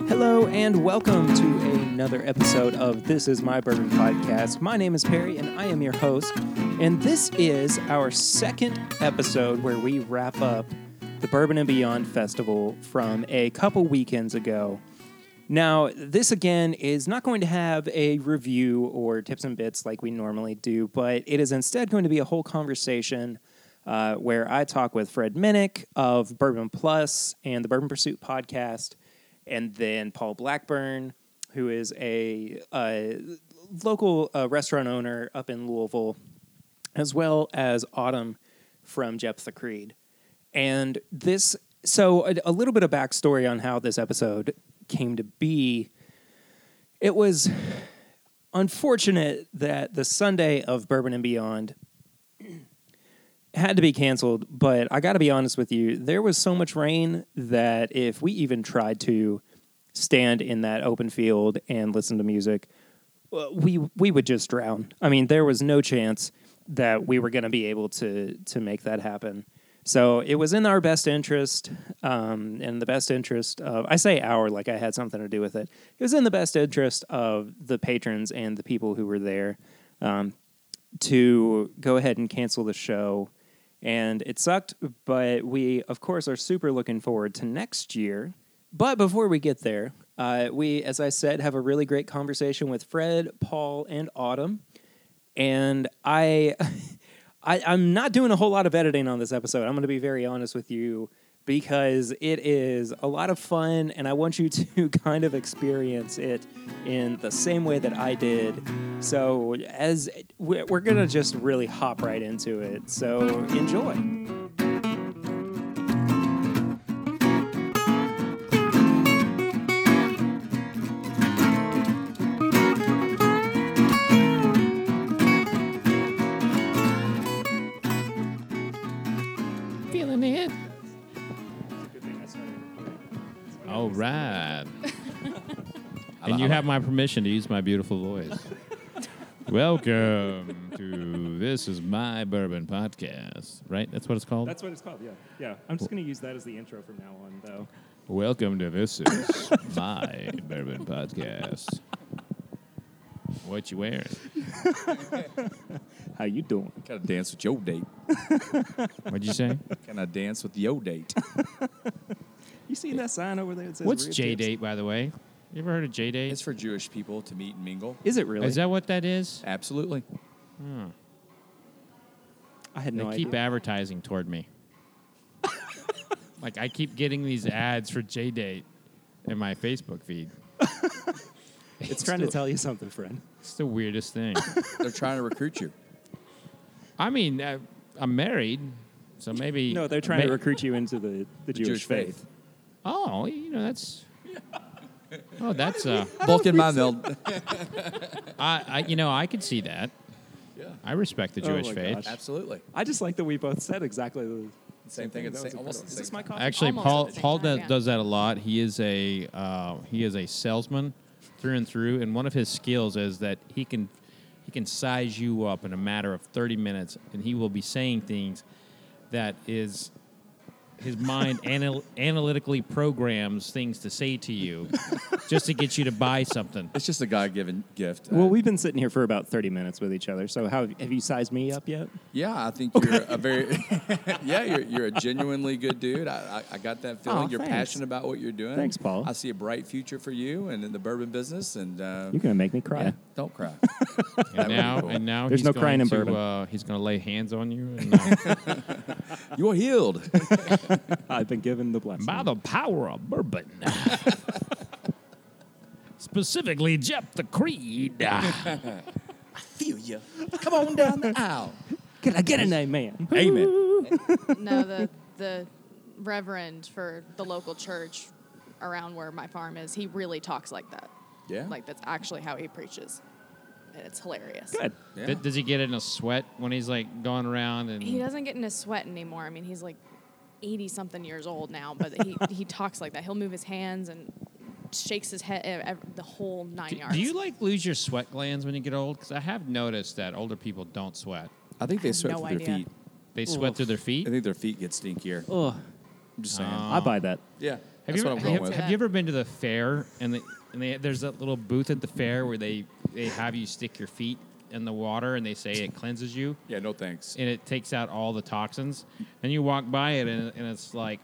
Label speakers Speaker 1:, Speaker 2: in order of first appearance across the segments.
Speaker 1: and welcome to another episode of This Is My Bourbon Podcast. My name is Perry, and I am your host. And this is our second episode where we wrap up the Bourbon and Beyond Festival from a couple weekends ago. Now, this again is not going to have a review or tips and bits like we normally do, but it is instead going to be a whole conversation uh, where I talk with Fred Minnick of Bourbon Plus and the Bourbon Pursuit podcast, and then Paul Blackburn, who is a, uh local uh, restaurant owner up in Louisville, as well as Autumn from Jephthah Creed. And this, so a, a little bit of backstory on how this episode came to be. It was unfortunate that the Sunday of Bourbon and Beyond had to be canceled, but I got to be honest with you, there was so much rain that if we even tried to stand in that open field and listen to music, well, we we would just drown. I mean, there was no chance that we were going to be able to to make that happen. So it was in our best interest, um, and the best interest of I say our like I had something to do with it. It was in the best interest of the patrons and the people who were there um, to go ahead and cancel the show. And it sucked, but we, of course, are super looking forward to next year. But before we get there, uh, we, as I said, have a really great conversation with Fred, Paul, and Autumn. And I, I I'm not doing a whole lot of editing on this episode. I'm going to be very honest with you because it is a lot of fun, and I want you to kind of experience it in the same way that I did. So, as we're we're going to just really hop right into it. So, enjoy.
Speaker 2: Feeling it.
Speaker 3: All right. and you have my permission to use my beautiful voice. Welcome to This Is My Bourbon Podcast, right? That's what it's called?
Speaker 4: That's what it's called. Yeah, yeah. I'm just gonna use that as the intro from now on, though.
Speaker 3: Welcome to This Is My Bourbon Podcast. What you wearing?
Speaker 4: How you doing?
Speaker 5: Can I dance with your date?
Speaker 3: What'd you say?
Speaker 5: Can I dance with your date?
Speaker 1: You see that sign over there? That says
Speaker 3: What's
Speaker 1: rib
Speaker 3: J
Speaker 1: tips?
Speaker 3: Date, by the way? You ever heard of J
Speaker 5: it's
Speaker 3: Date?
Speaker 5: for Jewish people to meet and mingle.
Speaker 1: Is it really?
Speaker 3: Is that what that is?
Speaker 5: Absolutely.
Speaker 1: I had
Speaker 3: They
Speaker 1: no
Speaker 3: keep
Speaker 1: idea.
Speaker 3: advertising toward me. like I keep getting these ads for J Date in my Facebook feed.
Speaker 1: It's trying to tell you something, Fred.
Speaker 3: It's the weirdest thing.
Speaker 5: They're trying to recruit you.
Speaker 3: I mean, I, I'm married, so maybe.
Speaker 1: No, they're trying to
Speaker 3: may-
Speaker 1: recruit you into the, the Jewish, faith.
Speaker 3: Oh, you know that's. Oh, that's uh,
Speaker 5: Bulk in my milk.
Speaker 3: I, I, you know, I could see that.
Speaker 5: Yeah.
Speaker 3: I respect the
Speaker 1: Oh
Speaker 3: Jewish
Speaker 1: my
Speaker 3: faith.
Speaker 1: gosh.
Speaker 5: Absolutely.
Speaker 1: I just like that we both said exactly the
Speaker 5: Same thing. It's
Speaker 1: That was
Speaker 5: same,
Speaker 1: incredible.
Speaker 5: almost the
Speaker 1: Is
Speaker 5: same.
Speaker 1: this my coffee?
Speaker 3: Actually,
Speaker 2: Almost
Speaker 3: Paul
Speaker 2: at the same
Speaker 3: Paul
Speaker 2: time,
Speaker 3: does,
Speaker 2: yeah.
Speaker 3: does that a lot. He is a uh, he is a salesman through and through, and one of his skills is that he can he can size you up in a matter of thirty minutes, and he will be saying things that is his mind anal- analytically programs things to say to you just to get you to buy something.
Speaker 5: It's just a God-given gift.
Speaker 1: Well,
Speaker 5: Uh,
Speaker 1: we've been sitting here for about 30 minutes with each other. So, how have you sized me up yet?
Speaker 5: yeah, I think you're a very, yeah, you're, you're a genuinely good dude. I, I, I got that feeling.
Speaker 1: Aw,
Speaker 5: you're
Speaker 1: thanks.
Speaker 5: passionate about what you're doing.
Speaker 1: Thanks, Paul.
Speaker 5: I see a bright future for you and in the bourbon business. And uh,
Speaker 1: You're going to make me cry.
Speaker 5: yeah, don't cry. That would
Speaker 3: And
Speaker 5: be
Speaker 3: now,
Speaker 5: cool.
Speaker 3: and now
Speaker 1: There's
Speaker 3: he's
Speaker 1: no
Speaker 3: going
Speaker 1: crying in
Speaker 3: to,
Speaker 1: bourbon.
Speaker 3: Uh, he's going to lay hands on you. And, uh,
Speaker 5: you're healed.
Speaker 1: I've been given the blessing.
Speaker 3: By the power of bourbon. Specifically, Jeff the Creed.
Speaker 5: Feel you. Come on down the aisle.
Speaker 1: Can I get an amen?
Speaker 5: Amen.
Speaker 2: No, the the reverend for the local church around where my farm is, he really talks like that.
Speaker 5: Yeah.
Speaker 2: Like that's actually how he preaches. And it's hilarious.
Speaker 1: Good.
Speaker 5: Yeah.
Speaker 3: Th- does he get in a sweat when he's like going around and
Speaker 2: He doesn't get in a sweat anymore. I mean, he's like 80 something years old now, but he, he talks like that. He'll move his hands and shakes his head eh, ev- the whole nine
Speaker 3: do,
Speaker 2: yards.
Speaker 3: do you like lose your sweat glands when you get old? Because I have noticed that older people don't sweat.
Speaker 5: I think they
Speaker 2: have
Speaker 5: sweat
Speaker 2: no
Speaker 5: from
Speaker 2: idea.
Speaker 5: their feet.
Speaker 3: They sweat through their feet.
Speaker 5: I think their feet get stinkier.
Speaker 1: Oh,
Speaker 5: I'm just saying.
Speaker 1: I buy that.
Speaker 5: yeah,
Speaker 3: Uh, Have
Speaker 5: that's
Speaker 3: you
Speaker 5: what
Speaker 3: ever,
Speaker 5: I'm going
Speaker 3: have,
Speaker 5: with.
Speaker 3: have you ever been to the fair and the, and they, there's that little booth at the fair where they, they have you stick your feet in the water and they say it cleanses you
Speaker 5: Yeah, no thanks.
Speaker 3: and it takes out all the toxins. And you walk by it and, and it's like,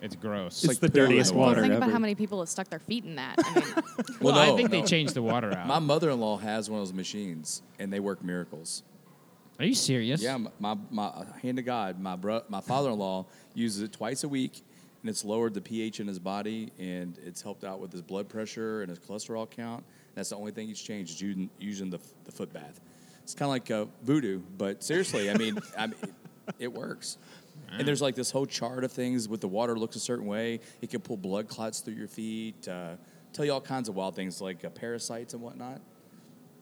Speaker 3: it's gross.
Speaker 1: It's
Speaker 5: like
Speaker 1: the
Speaker 5: poo in the
Speaker 1: dirtiest
Speaker 5: water.
Speaker 1: water
Speaker 2: think about
Speaker 1: ever.
Speaker 2: how many people have stuck their feet in that. I mean,
Speaker 3: well,
Speaker 5: no,
Speaker 3: I think they
Speaker 5: no.
Speaker 3: changed the water out.
Speaker 5: My mother-in-law has one of those machines, and they work miracles.
Speaker 3: Are you serious?
Speaker 5: Yeah, my, my, my hand to God, my bro, my father-in-law uses it twice a week, and it's lowered the pH in his body, and it's helped out with his blood pressure and his cholesterol count. That's the only thing he's changed is using, using the, the foot bath. It's kind of like uh, voodoo, but seriously, I mean, I mean, it works. And there's like this whole chart of things with the water looks a certain way. It can pull blood clots through your feet. Uh, tell you all kinds of wild things like uh, parasites and whatnot.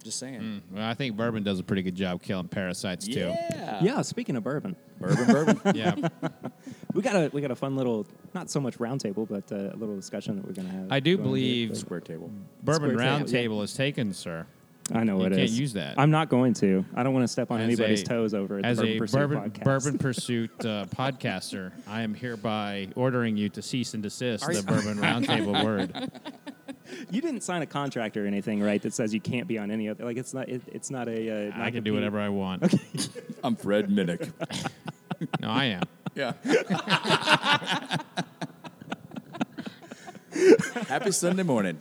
Speaker 5: Just saying.
Speaker 3: Well, I think bourbon does a pretty good job killing parasites too.
Speaker 5: Yeah.
Speaker 1: yeah, speaking of bourbon,
Speaker 5: Bourbon, bourbon.
Speaker 3: Yeah.
Speaker 1: we got a we got a fun little not so much roundtable, but uh, a little discussion that we're gonna have.
Speaker 3: I do
Speaker 1: going
Speaker 3: believe-
Speaker 1: here.
Speaker 5: Square table.
Speaker 3: Bourbon
Speaker 1: Square
Speaker 3: round
Speaker 1: table, yeah.
Speaker 3: table is taken, sir.
Speaker 1: I know
Speaker 3: You
Speaker 1: it is.
Speaker 3: can't use that.
Speaker 1: I'm not going to. I don't want to step on
Speaker 3: As
Speaker 1: anybody's
Speaker 3: a-
Speaker 1: toes over at
Speaker 3: as
Speaker 1: the Bourbon
Speaker 3: a
Speaker 1: Pursuit
Speaker 3: bourbon
Speaker 1: podcast.
Speaker 3: bourbon pursuit uh, podcaster. I am hereby ordering you to cease and desist the bourbon roundtable word.
Speaker 1: You didn't sign a contract or anything, right? That says you can't be on any other. Like it's not. It, it's not a. Uh,
Speaker 3: I can do whatever I want.
Speaker 5: I'm Fred Minnick.
Speaker 3: No, I am.
Speaker 5: yeah. Happy Sunday morning.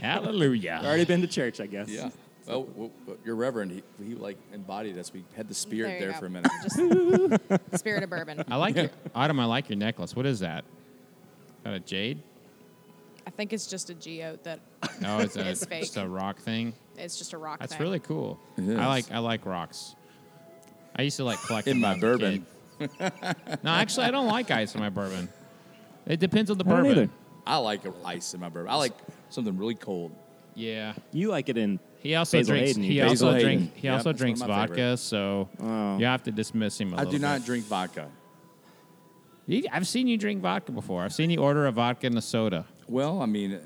Speaker 3: Hallelujah.
Speaker 1: Already been to church, I guess.
Speaker 5: Yeah. Well, w- w- your reverend, he, he like embodied us. We had the spirit
Speaker 2: you
Speaker 5: there,
Speaker 2: go.
Speaker 5: for a minute.
Speaker 2: Just spirit of bourbon.
Speaker 3: I like your Autumn. I like your necklace. What is that? Is that a jade?
Speaker 2: I think it's just a geote that
Speaker 3: No, it's a
Speaker 2: It's fake.
Speaker 3: just a rock thing.
Speaker 2: it's just a rock.
Speaker 3: That's
Speaker 2: thing.
Speaker 3: really cool.
Speaker 5: It
Speaker 3: I
Speaker 5: is.
Speaker 3: like I like rocks. I used to like collecting
Speaker 5: In my
Speaker 3: them as a
Speaker 5: bourbon.
Speaker 3: kid. no, actually, I don't like ice in my bourbon. It depends on the
Speaker 1: I don't
Speaker 3: bourbon.
Speaker 1: either.
Speaker 5: I like ice in my bourbon. I like something really cold.
Speaker 3: Yeah.
Speaker 1: You like it in.
Speaker 3: He also
Speaker 1: Basil
Speaker 3: drinks.
Speaker 1: Hayden,
Speaker 3: He
Speaker 1: you
Speaker 5: Basil
Speaker 3: also
Speaker 5: Hayden.
Speaker 3: drink. He
Speaker 5: Yep,
Speaker 3: also
Speaker 5: that's one
Speaker 3: drinks
Speaker 5: of my
Speaker 3: vodka.
Speaker 5: favorites.
Speaker 3: So
Speaker 1: Oh.
Speaker 3: you have to dismiss him. I
Speaker 5: I do not drink vodka.
Speaker 3: I've seen you drink vodka before. I've seen you order a vodka and a soda.
Speaker 5: Well, I mean,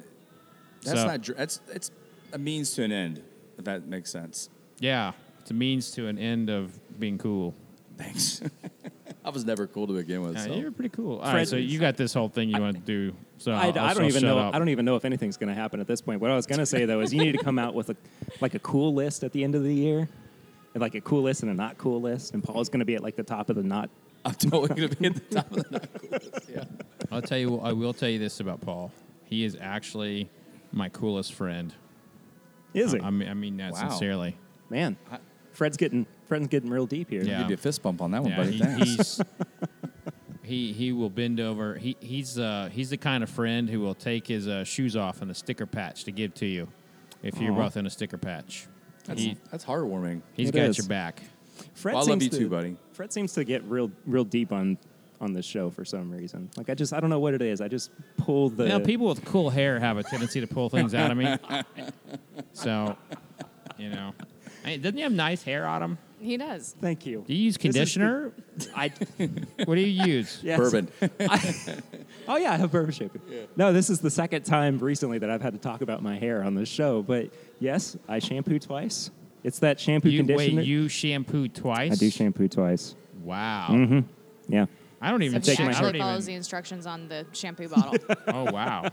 Speaker 5: that's
Speaker 3: So-
Speaker 5: not dr- that's it's a means to an end. If that makes sense.
Speaker 3: Yeah, it's a means to an end of being cool.
Speaker 5: Thanks. I was never cool to begin with.
Speaker 3: Yeah,
Speaker 5: so.
Speaker 3: you're pretty cool. All right,
Speaker 1: Fred-
Speaker 3: so you got this whole thing you want to do. So
Speaker 1: I,
Speaker 3: Oh, I'll-
Speaker 1: I
Speaker 3: I'll
Speaker 1: don't even
Speaker 3: shut
Speaker 1: know.
Speaker 3: up.
Speaker 1: I don't even know if anything's going to happen at this point. What I was going to say though is you need to come out with a like a cool list at the end of the year, and like a cool list and a not cool list. And Paul's going to be at like the top of the not.
Speaker 5: I'm totally going to be at the top of the night. cool list, Yeah.
Speaker 3: I'll tell you. I will tell you this about Paul. He is actually my coolest friend.
Speaker 1: Is it?
Speaker 3: I mean, I mean that
Speaker 5: Wow.
Speaker 3: sincerely.
Speaker 1: Man, Fred's getting Fred's getting real deep here.
Speaker 3: Yeah.
Speaker 5: Give you a fist bump on that one,
Speaker 3: Yeah,
Speaker 5: buddy.
Speaker 3: he,
Speaker 5: Thanks.
Speaker 3: he's he he will bend over. He he's uh he's the kind of friend who will take his uh, shoes off and a sticker patch to give to you if you're both in a sticker patch.
Speaker 5: That's,
Speaker 3: he
Speaker 5: that's heartwarming.
Speaker 3: he's
Speaker 1: It
Speaker 3: got
Speaker 1: is.
Speaker 3: your back.
Speaker 1: Fred
Speaker 5: Well, I love
Speaker 1: seems
Speaker 5: you
Speaker 1: to-
Speaker 5: too, buddy.
Speaker 1: Fred seems to get real, real deep on on this show for some reason. Like I just, I don't know what it is. I just pull the.
Speaker 3: Now people with cool hair have a tendency to pull things out of me. So, you know, Hey, doesn't he have nice hair, Autumn?
Speaker 2: He does.
Speaker 1: Thank you.
Speaker 3: Do you use
Speaker 1: This is the-
Speaker 3: conditioner?
Speaker 1: I.
Speaker 3: what do you use?
Speaker 1: Yes.
Speaker 5: Bourbon.
Speaker 1: Oh yeah, I have bourbon shaping. No, this is the second time recently that I've had to talk about my hair on this show. But yes, I shampoo twice. It's that shampoo
Speaker 3: You
Speaker 1: conditioner.
Speaker 3: wait, you shampoo twice?
Speaker 1: I do shampoo twice.
Speaker 3: Wow.
Speaker 1: Yeah.
Speaker 3: I don't even
Speaker 2: So he
Speaker 1: taking
Speaker 3: I
Speaker 1: my
Speaker 2: actually
Speaker 3: don't
Speaker 2: follows the
Speaker 3: even-
Speaker 2: instructions on the shampoo bottle.
Speaker 3: Oh wow.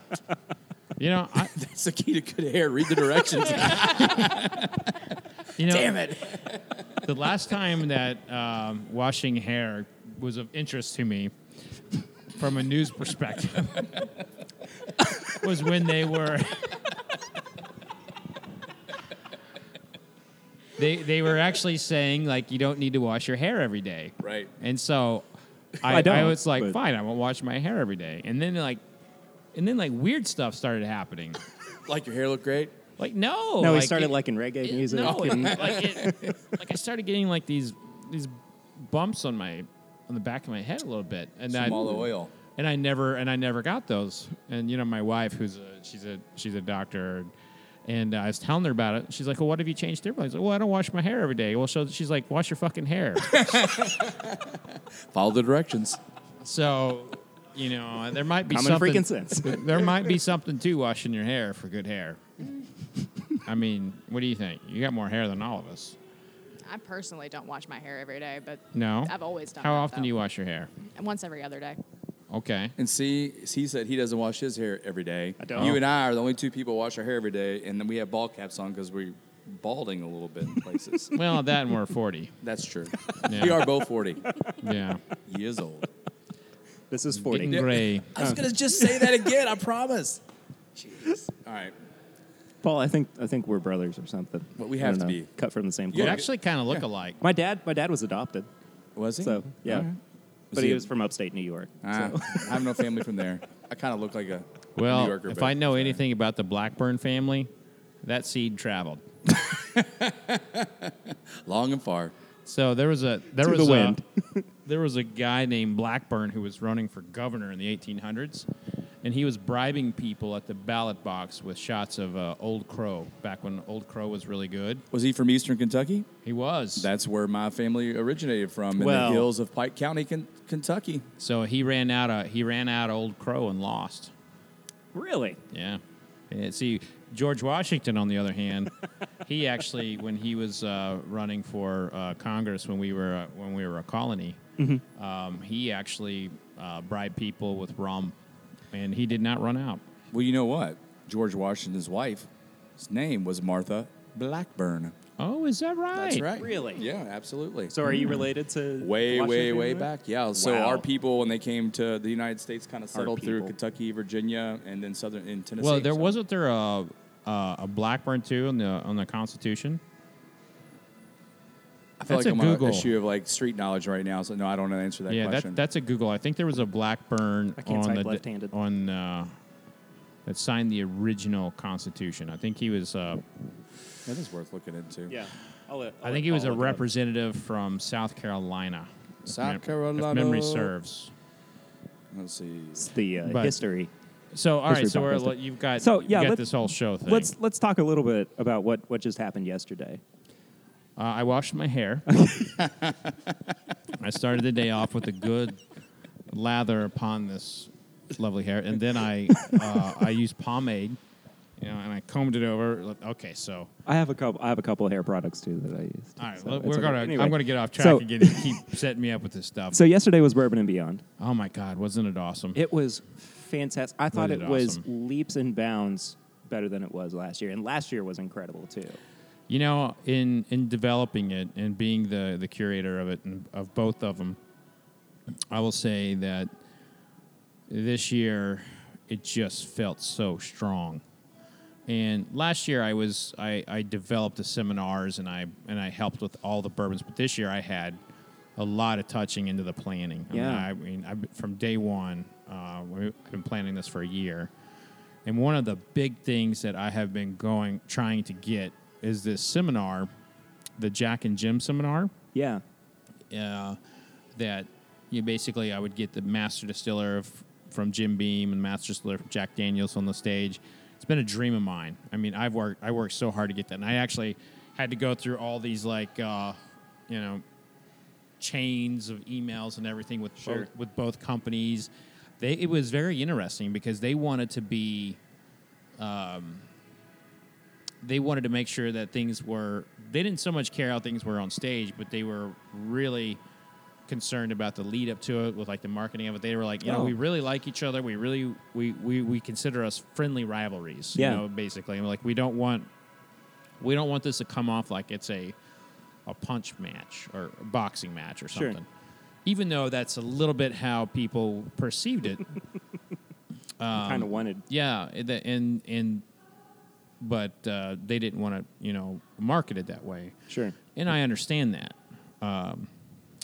Speaker 3: You know, I,
Speaker 5: That's the key to good hair. Read the directions.
Speaker 3: you know,
Speaker 5: Damn it.
Speaker 3: the last time that um, washing hair was of interest to me from a news perspective was when they were they they were actually saying like you don't need to wash your hair every day
Speaker 5: Right.
Speaker 3: and so I,
Speaker 1: I don't,
Speaker 3: I was like
Speaker 1: but-
Speaker 3: fine I won't wash my hair every day and then like and then like weird stuff started happening
Speaker 5: Like your hair look great.
Speaker 3: like no
Speaker 1: No, we
Speaker 3: like,
Speaker 1: started
Speaker 3: it-
Speaker 1: liking reggae
Speaker 3: it-
Speaker 1: music.
Speaker 3: No, it-
Speaker 1: and-
Speaker 3: like, it, like I started getting like these these bumps on my on the back of my head a little bit, and I
Speaker 5: Some olive oil.
Speaker 3: and I never and I never got those. And you know, my wife, who's a she's a she's a doctor, and I was telling her about it. She's like, "Well, what have you changed differently?" I was like, "Well, I don't wash my hair every day." Well, so she's like, "Wash your fucking hair."
Speaker 5: Follow the directions.
Speaker 3: so, you know, there might be
Speaker 1: Common
Speaker 3: something
Speaker 1: freaking sense.
Speaker 3: there might be something to washing your hair for good hair. I mean, what do you think? You got more hair than all of us.
Speaker 2: I personally don't wash my hair every day, but
Speaker 3: No.
Speaker 2: I've always done.
Speaker 3: How
Speaker 2: that,
Speaker 3: often
Speaker 2: though.
Speaker 3: do you wash your hair?
Speaker 2: Once every other day.
Speaker 3: Okay.
Speaker 5: And see, he said he doesn't wash his hair every day. I
Speaker 4: don't.
Speaker 5: You and I are the only two people who wash our hair every day, and then we have ball caps on because we're balding a little bit in places.
Speaker 3: Well, that and we're 40.
Speaker 5: That's true.
Speaker 3: Yeah.
Speaker 5: We are both 40
Speaker 3: Yeah.
Speaker 5: years old.
Speaker 4: This is
Speaker 3: Getting
Speaker 4: 40.
Speaker 3: gray.
Speaker 5: I was going to just say that again, I promise. Jeez. All right.
Speaker 4: Paul, I think I think we're brothers or something.
Speaker 5: Well, we
Speaker 4: I
Speaker 5: have
Speaker 4: don't
Speaker 5: to
Speaker 4: know.
Speaker 5: be.
Speaker 4: cut from the same
Speaker 3: You
Speaker 4: cloth.
Speaker 3: actually kind of look alike.
Speaker 4: my dad my dad was adopted.
Speaker 5: Was he?
Speaker 4: So, yeah.
Speaker 5: All right.
Speaker 4: But
Speaker 5: he
Speaker 4: he
Speaker 5: a-
Speaker 4: was from upstate New York.
Speaker 5: Ah, I have no family from there. I kind of look like a New
Speaker 3: Well,
Speaker 5: Yorker.
Speaker 3: if
Speaker 5: but-
Speaker 3: I know anything about the Blackburn family, that seed traveled.
Speaker 5: long and far.
Speaker 3: So there was a there
Speaker 4: To
Speaker 3: was
Speaker 4: the
Speaker 3: a,
Speaker 4: wind.
Speaker 3: there was a guy named Blackburn who was running for governor in the 1800s, and he was bribing people at the ballot box with shots of uh, Old Crow back when Old Crow was really good.
Speaker 5: Was he from Eastern Kentucky?
Speaker 3: He was.
Speaker 5: That's where my family originated from, in
Speaker 4: Well-
Speaker 5: the hills of Pike County, Ken- Kentucky.
Speaker 3: so he ran out of he ran out of Old Crow and lost.
Speaker 4: Really?
Speaker 3: Yeah. And see, George Washington, on the other hand, he actually, when he was uh, running for uh, Congress when we were uh, when we were a colony,
Speaker 4: Mm-hmm.
Speaker 3: um, he actually uh, bribed people with rum, and he did not run out.
Speaker 5: Well, you know what? George Washington's wife, his name was Martha Blackburn.
Speaker 3: Oh, is that right?
Speaker 4: Really?
Speaker 5: Yeah, absolutely.
Speaker 4: So are
Speaker 3: Hmm.
Speaker 4: you related to
Speaker 5: way, way,
Speaker 4: Washington
Speaker 5: way
Speaker 4: anyway?
Speaker 5: back. Yeah. So
Speaker 4: Wow.
Speaker 5: our people, when they came to the United States, kind of settled through
Speaker 4: people.
Speaker 5: Kentucky, Virginia, and then southern in Tennessee.
Speaker 3: Well, there
Speaker 5: So-
Speaker 3: wasn't there a, a, a Blackburn too on the on the Constitution.
Speaker 5: I feel
Speaker 3: that's
Speaker 5: like
Speaker 3: a
Speaker 5: I'm
Speaker 3: Google.
Speaker 5: on an issue of like street knowledge right now. So no, I don't know the answer to that
Speaker 3: yeah,
Speaker 5: question.
Speaker 3: that, that's a Google. I think there was a Blackburn
Speaker 4: I can't
Speaker 3: on
Speaker 4: type
Speaker 3: the
Speaker 4: left-handed.
Speaker 3: on uh, that signed the original Constitution. I think he was. Uh,
Speaker 5: that is worth looking into.
Speaker 4: Yeah. I'll let-
Speaker 3: I
Speaker 4: I'll let
Speaker 3: think he was
Speaker 4: Paul
Speaker 3: a
Speaker 4: look it up.
Speaker 3: representative from South Carolina. if
Speaker 5: South
Speaker 3: mem-
Speaker 5: Carolina.
Speaker 3: If memory serves.
Speaker 5: Let's see.
Speaker 4: It's the uh,
Speaker 3: But-
Speaker 4: history.
Speaker 3: So, all right.
Speaker 4: History
Speaker 3: So we're,
Speaker 4: podcast.
Speaker 3: li- you've got
Speaker 4: So,
Speaker 3: you've
Speaker 4: yeah,
Speaker 3: got
Speaker 4: let-
Speaker 3: this whole show thing.
Speaker 4: Let's let's talk a little bit about what what just happened yesterday.
Speaker 3: Uh, I washed my hair. I started the day off with a good lather upon this lovely hair, and then I uh, I used pomade, you know, and I combed it over. Okay, so
Speaker 4: I have a couple. I have a couple hair products too that I used.
Speaker 3: all right,
Speaker 4: So
Speaker 3: look,
Speaker 4: it's
Speaker 3: we're
Speaker 4: okay.
Speaker 3: gonna
Speaker 4: Anyway,
Speaker 3: I'm gonna get off track
Speaker 4: so-
Speaker 3: again. You keep setting me up with this stuff.
Speaker 4: So yesterday was Bourbon and Beyond.
Speaker 3: oh my God, wasn't it awesome?
Speaker 4: It was fantastic. I thought
Speaker 3: Wasn't
Speaker 4: it
Speaker 3: it
Speaker 4: was
Speaker 3: awesome?
Speaker 4: leaps and bounds better than it was last year, and last year was incredible too.
Speaker 3: You know, in in developing it and being the the curator of it and of both of them, I will say that this year it just felt so strong. And last year I was I, I developed the seminars and I and I helped with all the bourbons, but this year I had a lot of touching into the planning.
Speaker 4: Yeah.
Speaker 3: I mean, I mean I've been- from day one, uh, we- I've been planning this for a year. And one of the big things that I have been going trying to get is this seminar, the Jack and Jim seminar
Speaker 4: Yeah,
Speaker 3: uh, that you basically I would get the master distiller of, from Jim Beam and master distiller from Jack Daniels on the stage. It's been a dream of mine. I mean, I've worked I worked so hard to get that, and I actually had to go through all these like uh, you know chains of emails and everything with
Speaker 4: Sure.
Speaker 3: both, with both companies. They it was very interesting because they wanted to be um, they wanted to make sure that things were they didn't so much care how things were on stage but they were really concerned about the lead up to it with like the marketing of it they were like you know
Speaker 4: Oh.
Speaker 3: we really like each other we really we we, we consider us friendly rivalries you
Speaker 4: Yeah.
Speaker 3: know basically and like we don't want we don't want this to come off like it's a a punch match or a boxing match or
Speaker 4: Sure.
Speaker 3: something even though that's a little bit how people perceived it
Speaker 4: kind of wanted.
Speaker 3: Um, yeah, it- the- and and but uh, they didn't want to, you know, market it that way.
Speaker 4: Sure.
Speaker 3: And I understand that. Um,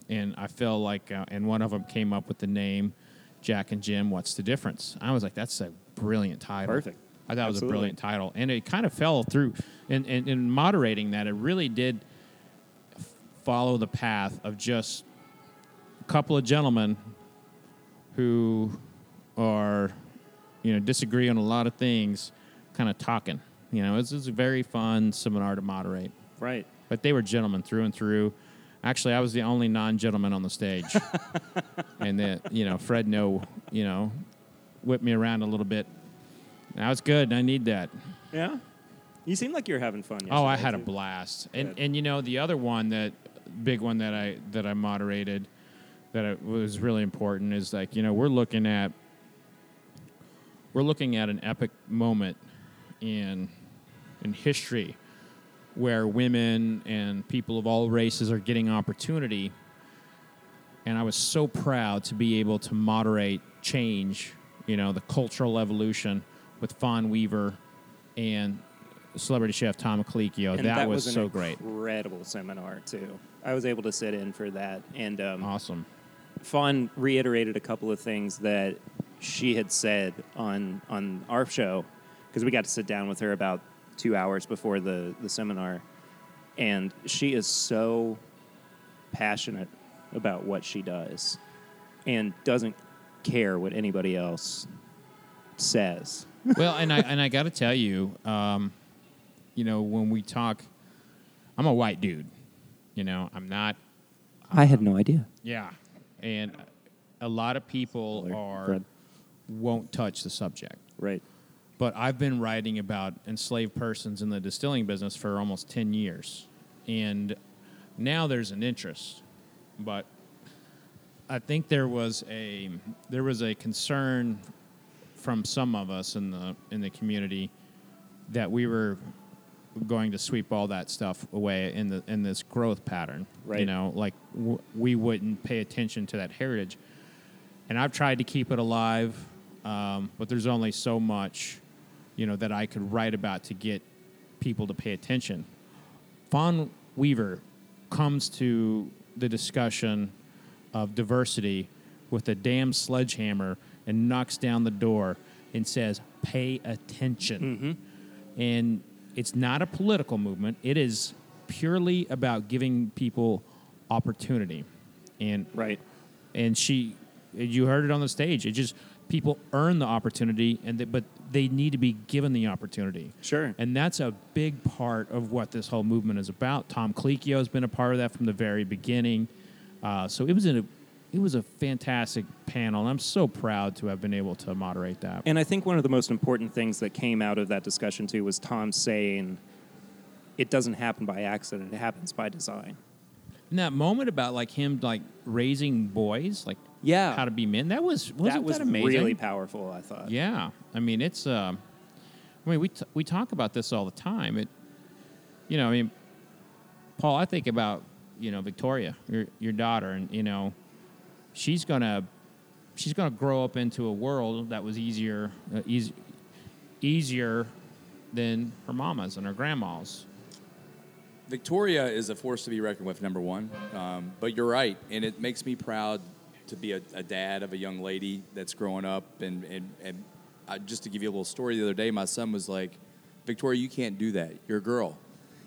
Speaker 3: and I felt like, uh, and one of them came up with the name Jack and Jim. What's the difference? I was like, that's a brilliant title.
Speaker 4: Perfect.
Speaker 3: I thought it was a
Speaker 4: Absolutely.
Speaker 3: brilliant title, and it kind of fell through. And and in moderating that, it really did f- follow the path of just a couple of gentlemen who are you know disagree on a lot of things kind of talking you know it's, it's a very fun seminar to moderate
Speaker 4: Right.
Speaker 3: but they were gentlemen through and through actually i was the only non-gentleman on the stage and that you know fred no you know whipped me around a little bit that was good and i need that
Speaker 4: Yeah. You seem like you're having fun.
Speaker 3: Oh, I
Speaker 4: yesterday,
Speaker 3: had a
Speaker 4: too.
Speaker 3: blast, and
Speaker 4: Good.
Speaker 3: and you know the other one that big one that I that I moderated that it was really important is like you know we're looking at we're looking at an epic moment in in history where women and people of all races are getting opportunity and I was so proud to be able to moderate change, you know, the cultural evolution with Fawn Weaver and celebrity chef Tom Colicchio. That,
Speaker 1: And that
Speaker 3: was,
Speaker 1: an
Speaker 3: so great.
Speaker 1: Incredible seminar too. I was able to sit in for that, and um,
Speaker 3: Awesome.
Speaker 1: Fawn reiterated a couple of things that she had said on on our show because we got to sit down with her about two hours before the the seminar, and she is so passionate about what she does and doesn't care what anybody else says.
Speaker 3: well, and I and I got to tell you, um, you know, when we talk, I'm a white dude. You know, I'm not.
Speaker 1: I had no idea.
Speaker 3: Yeah, and a lot of people
Speaker 1: Spoiler.
Speaker 3: are
Speaker 1: Go ahead.
Speaker 3: won't touch the subject.
Speaker 1: Right.
Speaker 3: but I've been writing about enslaved persons in the distilling business for almost 10 years. And now there's an interest, but I think there was a there was a concern from some of us in the in the community that we were going to sweep all that stuff away in the in this growth pattern. You
Speaker 1: Right.
Speaker 3: know, like w- we wouldn't pay attention to that heritage and I've tried to keep it alive, um, but there's only so much, you know, that I could write about to get people to pay attention. Fawn Weaver comes to the discussion of diversity with a damn sledgehammer and knocks down the door and says, "Pay attention." And it's not a political movement; it is purely about giving people opportunity. And
Speaker 1: Right.
Speaker 3: and she you heard it on the stage it just people earn the opportunity and they, but they need to be given the opportunity
Speaker 1: Sure.
Speaker 3: and that's a big part of what this whole movement is about tom Colicchio has been a part of that from the very beginning uh, so it was in a it was a fantastic panel and i'm so proud to have been able to moderate that
Speaker 1: And I think one of the most important things that came out of that discussion too was Tom saying it doesn't happen by accident, it happens by design.
Speaker 3: and that moment about like him like raising boys like
Speaker 1: Yeah.
Speaker 3: how to be men that was wasn't
Speaker 1: that was
Speaker 3: amazing
Speaker 1: really powerful, I thought.
Speaker 3: Yeah, I mean it's. Uh, I mean we t- we talk about this all the time. It, you know, I mean, Paul, I think about you know Victoria, your your daughter, and you know, she's gonna she's gonna grow up into a world that was easier uh, eas- easier than her mama's and her grandma's.
Speaker 5: Victoria is a force to be reckoned with, number one. Um, but you're right, and it makes me proud to be a, a dad of a young lady that's growing up. And, and, and I, just to give you a little story, the other day, my son was like, Victoria, you can't do that. You're a girl.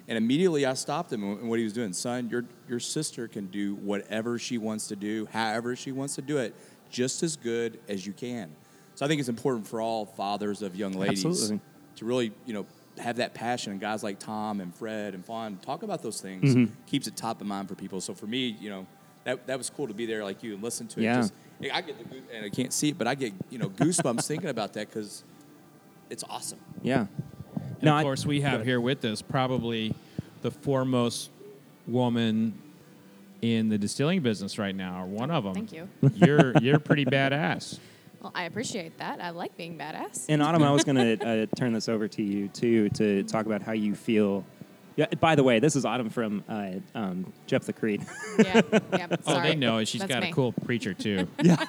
Speaker 5: And immediately I stopped him and what he was doing. Son, your, your sister can do whatever she wants to do, however she wants to do it, just as good as you can. So I think it's important for all fathers of young ladies
Speaker 1: Absolutely.
Speaker 5: to really, you know, have that passion. And guys like Tom and Fred and Fawn talk about those things.
Speaker 1: Mm-hmm.
Speaker 5: Keeps it top of mind for people. So for me, you know, that, that was cool to be there like you and listen to it.
Speaker 1: Yeah.
Speaker 5: Just, I get the goo- and I can't see it, but I get you know goosebumps thinking about that because it's awesome.
Speaker 1: Yeah.
Speaker 3: And of course, we have here with us probably the foremost woman in the distilling business right now, or one of them.
Speaker 2: Thank you.
Speaker 3: You're you're pretty badass.
Speaker 2: Well, I appreciate that. I like being badass.
Speaker 1: in Autumn, I was going to uh, turn this over to you too to talk about how you feel. Yeah, by the way, this is Autumn from uh, um, Jeff the Creed.
Speaker 2: yeah, yeah. Sorry.
Speaker 3: Oh, they know. She's
Speaker 2: That's
Speaker 3: got
Speaker 2: me.
Speaker 3: a cool preacher too.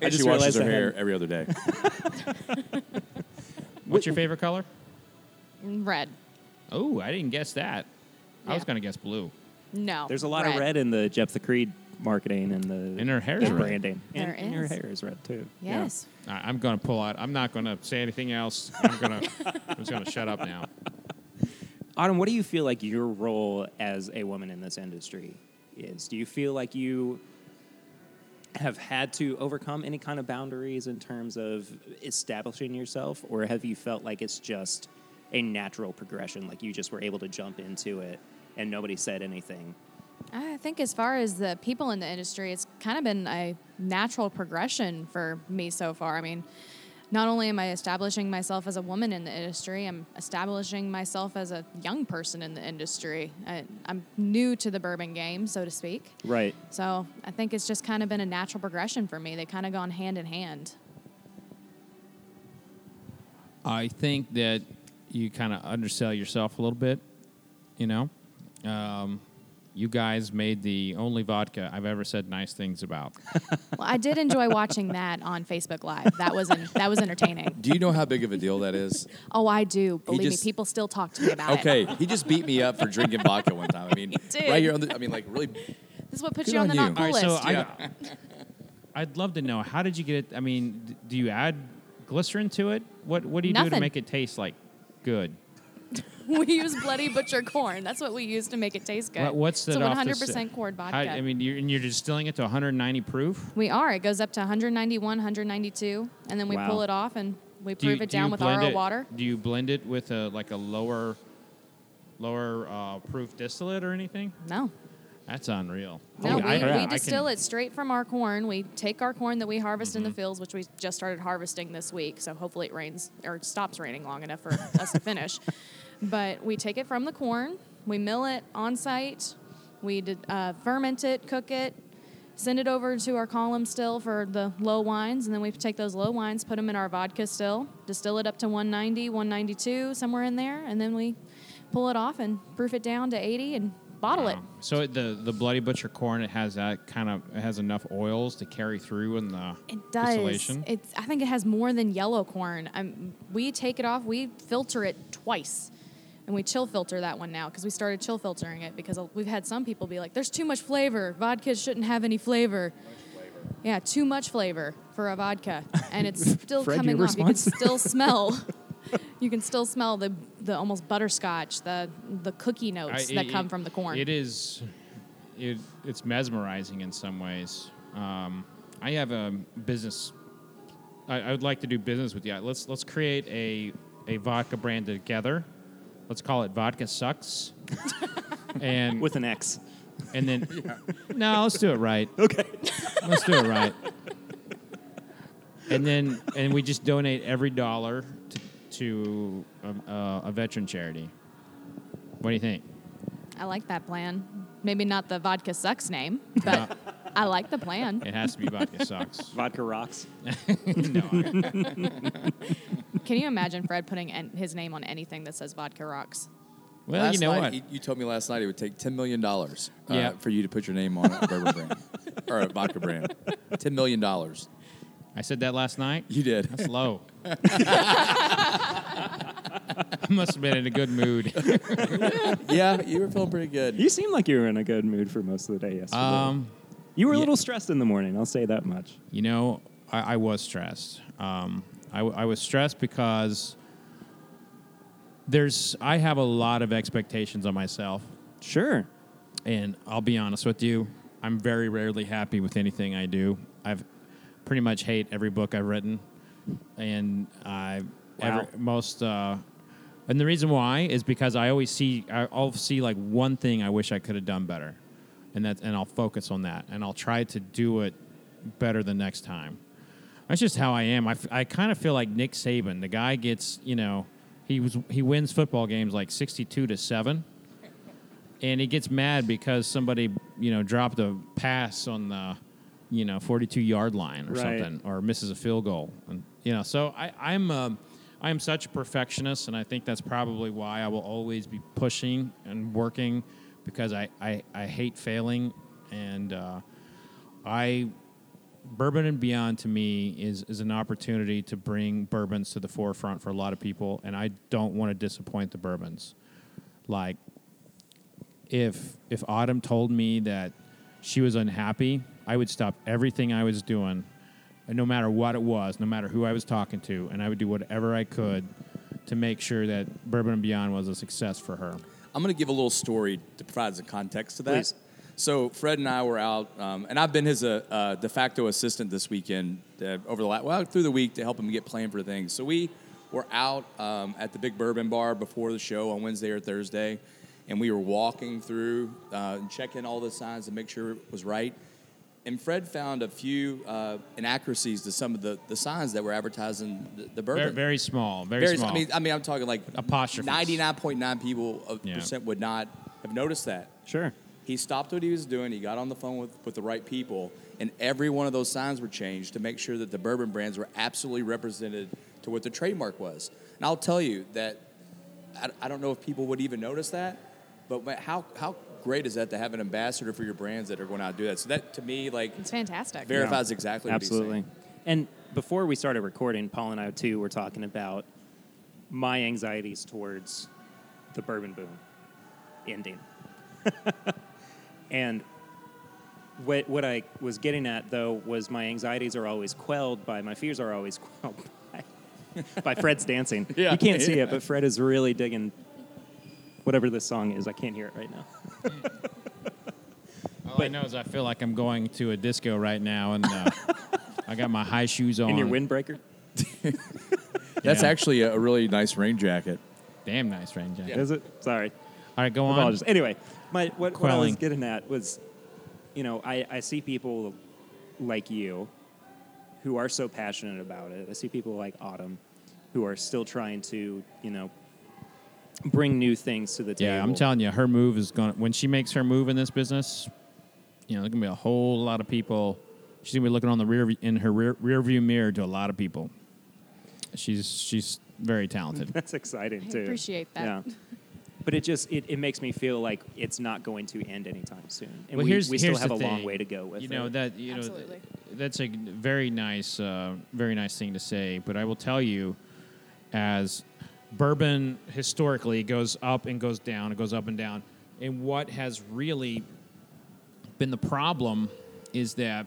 Speaker 5: And
Speaker 1: just
Speaker 5: she washes
Speaker 1: realized
Speaker 5: her
Speaker 1: I
Speaker 5: hair
Speaker 1: hadn't-
Speaker 5: every other day.
Speaker 3: What's your favorite color?
Speaker 2: Red.
Speaker 3: Oh, I didn't guess that. I was
Speaker 2: Yeah.
Speaker 3: gonna guess blue.
Speaker 2: No.
Speaker 1: There's a lot of red in the Jeff the Creed marketing and the
Speaker 3: And her hair is
Speaker 1: and
Speaker 3: red.
Speaker 1: branding.
Speaker 2: There
Speaker 1: and, and your
Speaker 2: is.
Speaker 1: hair is red too. Yeah.
Speaker 2: Yes.
Speaker 3: I, I'm gonna pull out. I'm not gonna say anything else. I'm gonna. I'm just gonna shut up now.
Speaker 1: Autumn, what do you feel like your role as a woman in this industry is? Do you feel like you have had to overcome any kind of boundaries in terms of establishing yourself, or have you felt like it's just a natural progression, like you just were able to jump into it and nobody said anything?
Speaker 2: I think as far as the people in the industry, it's kind of been a natural progression for me so far. I mean, not only am I establishing myself as a woman in the industry, I'm establishing myself as a young person in the industry. I, I'm new to the bourbon game, so to speak.
Speaker 1: Right.
Speaker 2: So I think it's just kind of been a natural progression for me. They've kind of gone hand in hand.
Speaker 3: I think that you kind of undersell yourself a little bit. You know, um, you guys made the only vodka I've ever said nice things about.
Speaker 2: Well, I did enjoy watching that on Facebook Live. That was en- that was entertaining.
Speaker 5: Do you know how big of a deal that is?
Speaker 2: Oh, I do. Believe
Speaker 5: just-
Speaker 2: me, people still talk to me about it.
Speaker 5: Okay, he just beat me up for drinking vodka one time. I mean,
Speaker 2: did.
Speaker 5: right here on the, I mean, like really.
Speaker 2: This is what puts
Speaker 5: Good
Speaker 2: you on the
Speaker 5: on
Speaker 2: not
Speaker 5: you.
Speaker 2: cool
Speaker 3: All right,
Speaker 2: list.
Speaker 3: so I, I'd love to know how did you get it? I mean, d- do you add glycerin to it? What What do you do to
Speaker 2: Nothing.
Speaker 3: make it taste like good?
Speaker 2: we use bloody butcher corn. That's what we use to make it taste good.
Speaker 3: What, what's that?
Speaker 2: It's a
Speaker 3: off the
Speaker 2: 100%
Speaker 3: s-
Speaker 2: cord
Speaker 3: how-
Speaker 2: vodka.
Speaker 3: I mean, you're, and you're distilling it to 190 proof.
Speaker 2: we are. It goes up to 191, 192, and then we
Speaker 1: Wow.
Speaker 2: pull it off and we prove it down with
Speaker 3: blend
Speaker 2: RO
Speaker 3: it-
Speaker 2: water.
Speaker 3: Do you blend it with a like a lower, lower uh, proof distillate or anything?
Speaker 2: No.
Speaker 3: That's unreal.
Speaker 2: No,
Speaker 1: Holy
Speaker 2: we,
Speaker 1: crap.
Speaker 2: we
Speaker 1: I
Speaker 2: distill it straight from our corn. We take our corn that we harvest
Speaker 1: Mm-hmm.
Speaker 2: in the fields, which we just started harvesting this week. So hopefully it rains or it stops raining long enough for us to finish. But we take it from the corn, we mill it on site, we did, uh, ferment it, cook it, send it over to our column still for the low wines, and then we take those low wines, put them in our vodka still, distill it up to 190, 192, somewhere in there, and then we pull it off and proof it down to 80 and bottle it.
Speaker 3: Um, So it- the the bloody butcher corn it has that kind of it has enough oils to carry through in the
Speaker 2: It does.
Speaker 3: distillation.
Speaker 2: It's, I think it has more than yellow corn. i we take it off, we filter it twice. And we chill filter that one now because we started chill filtering it because we've had some people be like, there's too much flavor. Vodka shouldn't have any flavor. Yeah, too much flavor for a vodka. And it's still
Speaker 1: Fred,
Speaker 2: coming
Speaker 1: your
Speaker 2: off. You can
Speaker 1: response?
Speaker 2: still smell. You can still smell the, the almost butterscotch, the the cookie notes
Speaker 3: I-
Speaker 2: that
Speaker 3: it-
Speaker 2: come
Speaker 3: it-
Speaker 2: from the corn.
Speaker 3: It is, it, it's mesmerizing in some ways. Um, I have a business. I, I would like to do business with you. Let's let's create a a vodka brand together. Let's call it Vodka Sucks. and
Speaker 1: With an X.
Speaker 3: and then no, let's do it right. Okay, let's do it right. And then and we just donate every dollar to, to um, uh, a veteran charity. What do you think?
Speaker 2: I like that plan. Maybe not the vodka sucks name, but I like the plan.
Speaker 3: It has to be vodka socks.
Speaker 1: Vodka rocks.
Speaker 3: no,
Speaker 2: Can you imagine Fred putting an, his name on anything that says vodka rocks?
Speaker 3: well,
Speaker 5: Last
Speaker 3: you know
Speaker 5: night,
Speaker 3: what?
Speaker 5: he- you told me last night it would take ten million dollars uh,
Speaker 3: Yeah.
Speaker 5: for you to put your name on a bourbon brand or a vodka brand. Ten million dollars.
Speaker 3: I said that last night.
Speaker 5: You did.
Speaker 3: That's low. I must have been in a good mood.
Speaker 5: yeah, you were feeling pretty good.
Speaker 1: You seem like you were in a good mood for most of the day yesterday.
Speaker 3: Um,
Speaker 1: you were a
Speaker 3: yeah.
Speaker 1: little stressed in the morning, I'll say that much.
Speaker 3: you know, I, I was stressed. Um, I, w- I was stressed because there's I have a lot of expectations on myself,
Speaker 1: Sure.
Speaker 3: and I'll be honest with you, I'm very rarely happy with anything I do. I've pretty much hate every book I've written, and I
Speaker 1: Wow.
Speaker 3: every, most. Uh, and the reason why is because I always see I- I'll see like one thing I wish I could have done better, and that and I'll focus on that, and I'll try to do it better the next time. That's just how I am. I, f- I kind of feel like Nick Saban. The guy gets you know he was he wins football games like sixty two to seven and he gets mad because somebody you know dropped a pass on the you know 42 yard line or
Speaker 1: Right.
Speaker 3: something or misses a field goal and you know so I, i'm um, i'm such a perfectionist and i think that's probably why i will always be pushing and working because i i, I hate failing and uh, i bourbon and beyond to me is is an opportunity to bring bourbons to the forefront for a lot of people and i don't want to disappoint the bourbons like if if autumn told me that she was unhappy i would stop everything i was doing and no matter what it was no matter who i was talking to and i would do whatever i could to make sure that bourbon and beyond was a success for her
Speaker 5: I'm going to give a little story to provide some context to that.
Speaker 1: Please.
Speaker 5: So Fred and I were out, um, and I've been his uh, uh, de facto assistant this weekend uh, over the la- well through the week to help him get planned for things. So we were out um, at the Big Bourbon Bar before the show on Wednesday or Thursday, and we were walking through uh, and checking all the signs to make sure it was right. And Fred found a few uh, inaccuracies to some of the, the signs that were advertising the, the bourbon.
Speaker 3: Very, very small. Very,
Speaker 5: Very-
Speaker 3: small.
Speaker 5: I mean, I mean, I'm talking like
Speaker 3: Apostrophes.
Speaker 5: Ninety-nine point nine people of
Speaker 3: Yeah.
Speaker 5: percent would not have noticed that.
Speaker 1: Sure.
Speaker 5: He stopped what he was doing. He got on the phone with, with the right people, and every one of those signs were changed to make sure that the bourbon brands were absolutely represented to what the trademark was. And I'll tell you that I, I don't know if people would even notice that, but ma- how how great is that to have an ambassador for your brands that are going out and do that? So that to me, like,
Speaker 2: It's fantastic.
Speaker 5: Very- Verifies exactly what he's saying.
Speaker 1: Absolutely. And before we started recording, Paul and I too were talking about my anxieties towards the bourbon boom ending. and what what I was getting at though was my anxieties are always quelled by my fears are always quelled by, by Fred's dancing.
Speaker 5: Yeah,
Speaker 1: you can't see
Speaker 5: yeah.
Speaker 1: it, but Fred is really digging whatever this song is. I can't hear it right now.
Speaker 3: All I know is I feel like I'm going to a disco right now, and uh, I got my high shoes on.
Speaker 1: In your windbreaker.
Speaker 3: That's Yeah.
Speaker 5: actually a really nice rain jacket.
Speaker 3: Damn nice rain jacket.
Speaker 1: Is it? Sorry.
Speaker 3: All right, go on.
Speaker 1: apologies. Anyway, my what, what I was
Speaker 3: Quelling.
Speaker 1: getting at was, you know, I, I see people like you who are so passionate about it. I see people like Autumn who are still trying to, you know, bring new things to the table.
Speaker 3: Yeah, I'm telling you, her move is going. to When she makes her move in this business, you know, there's gonna be a whole lot of people. She's gonna be looking on the rear in her rear, rear view mirror to a lot of people. She's she's very talented.
Speaker 1: That's exciting
Speaker 2: I
Speaker 1: too.
Speaker 2: appreciate that.
Speaker 1: Yeah. But it just it, it makes me feel like it's not going to end anytime soon, and
Speaker 3: Well,
Speaker 1: we,
Speaker 3: here's-
Speaker 1: we still
Speaker 3: here's
Speaker 1: have a
Speaker 3: the
Speaker 1: long
Speaker 3: thing.
Speaker 1: way to go with
Speaker 3: you know
Speaker 1: it.
Speaker 3: that you know th-
Speaker 2: Absolutely.
Speaker 3: that's a very nice uh, very nice thing to say. But I will tell you, as bourbon historically goes up and goes down, it goes up and down, and what has really been the problem is that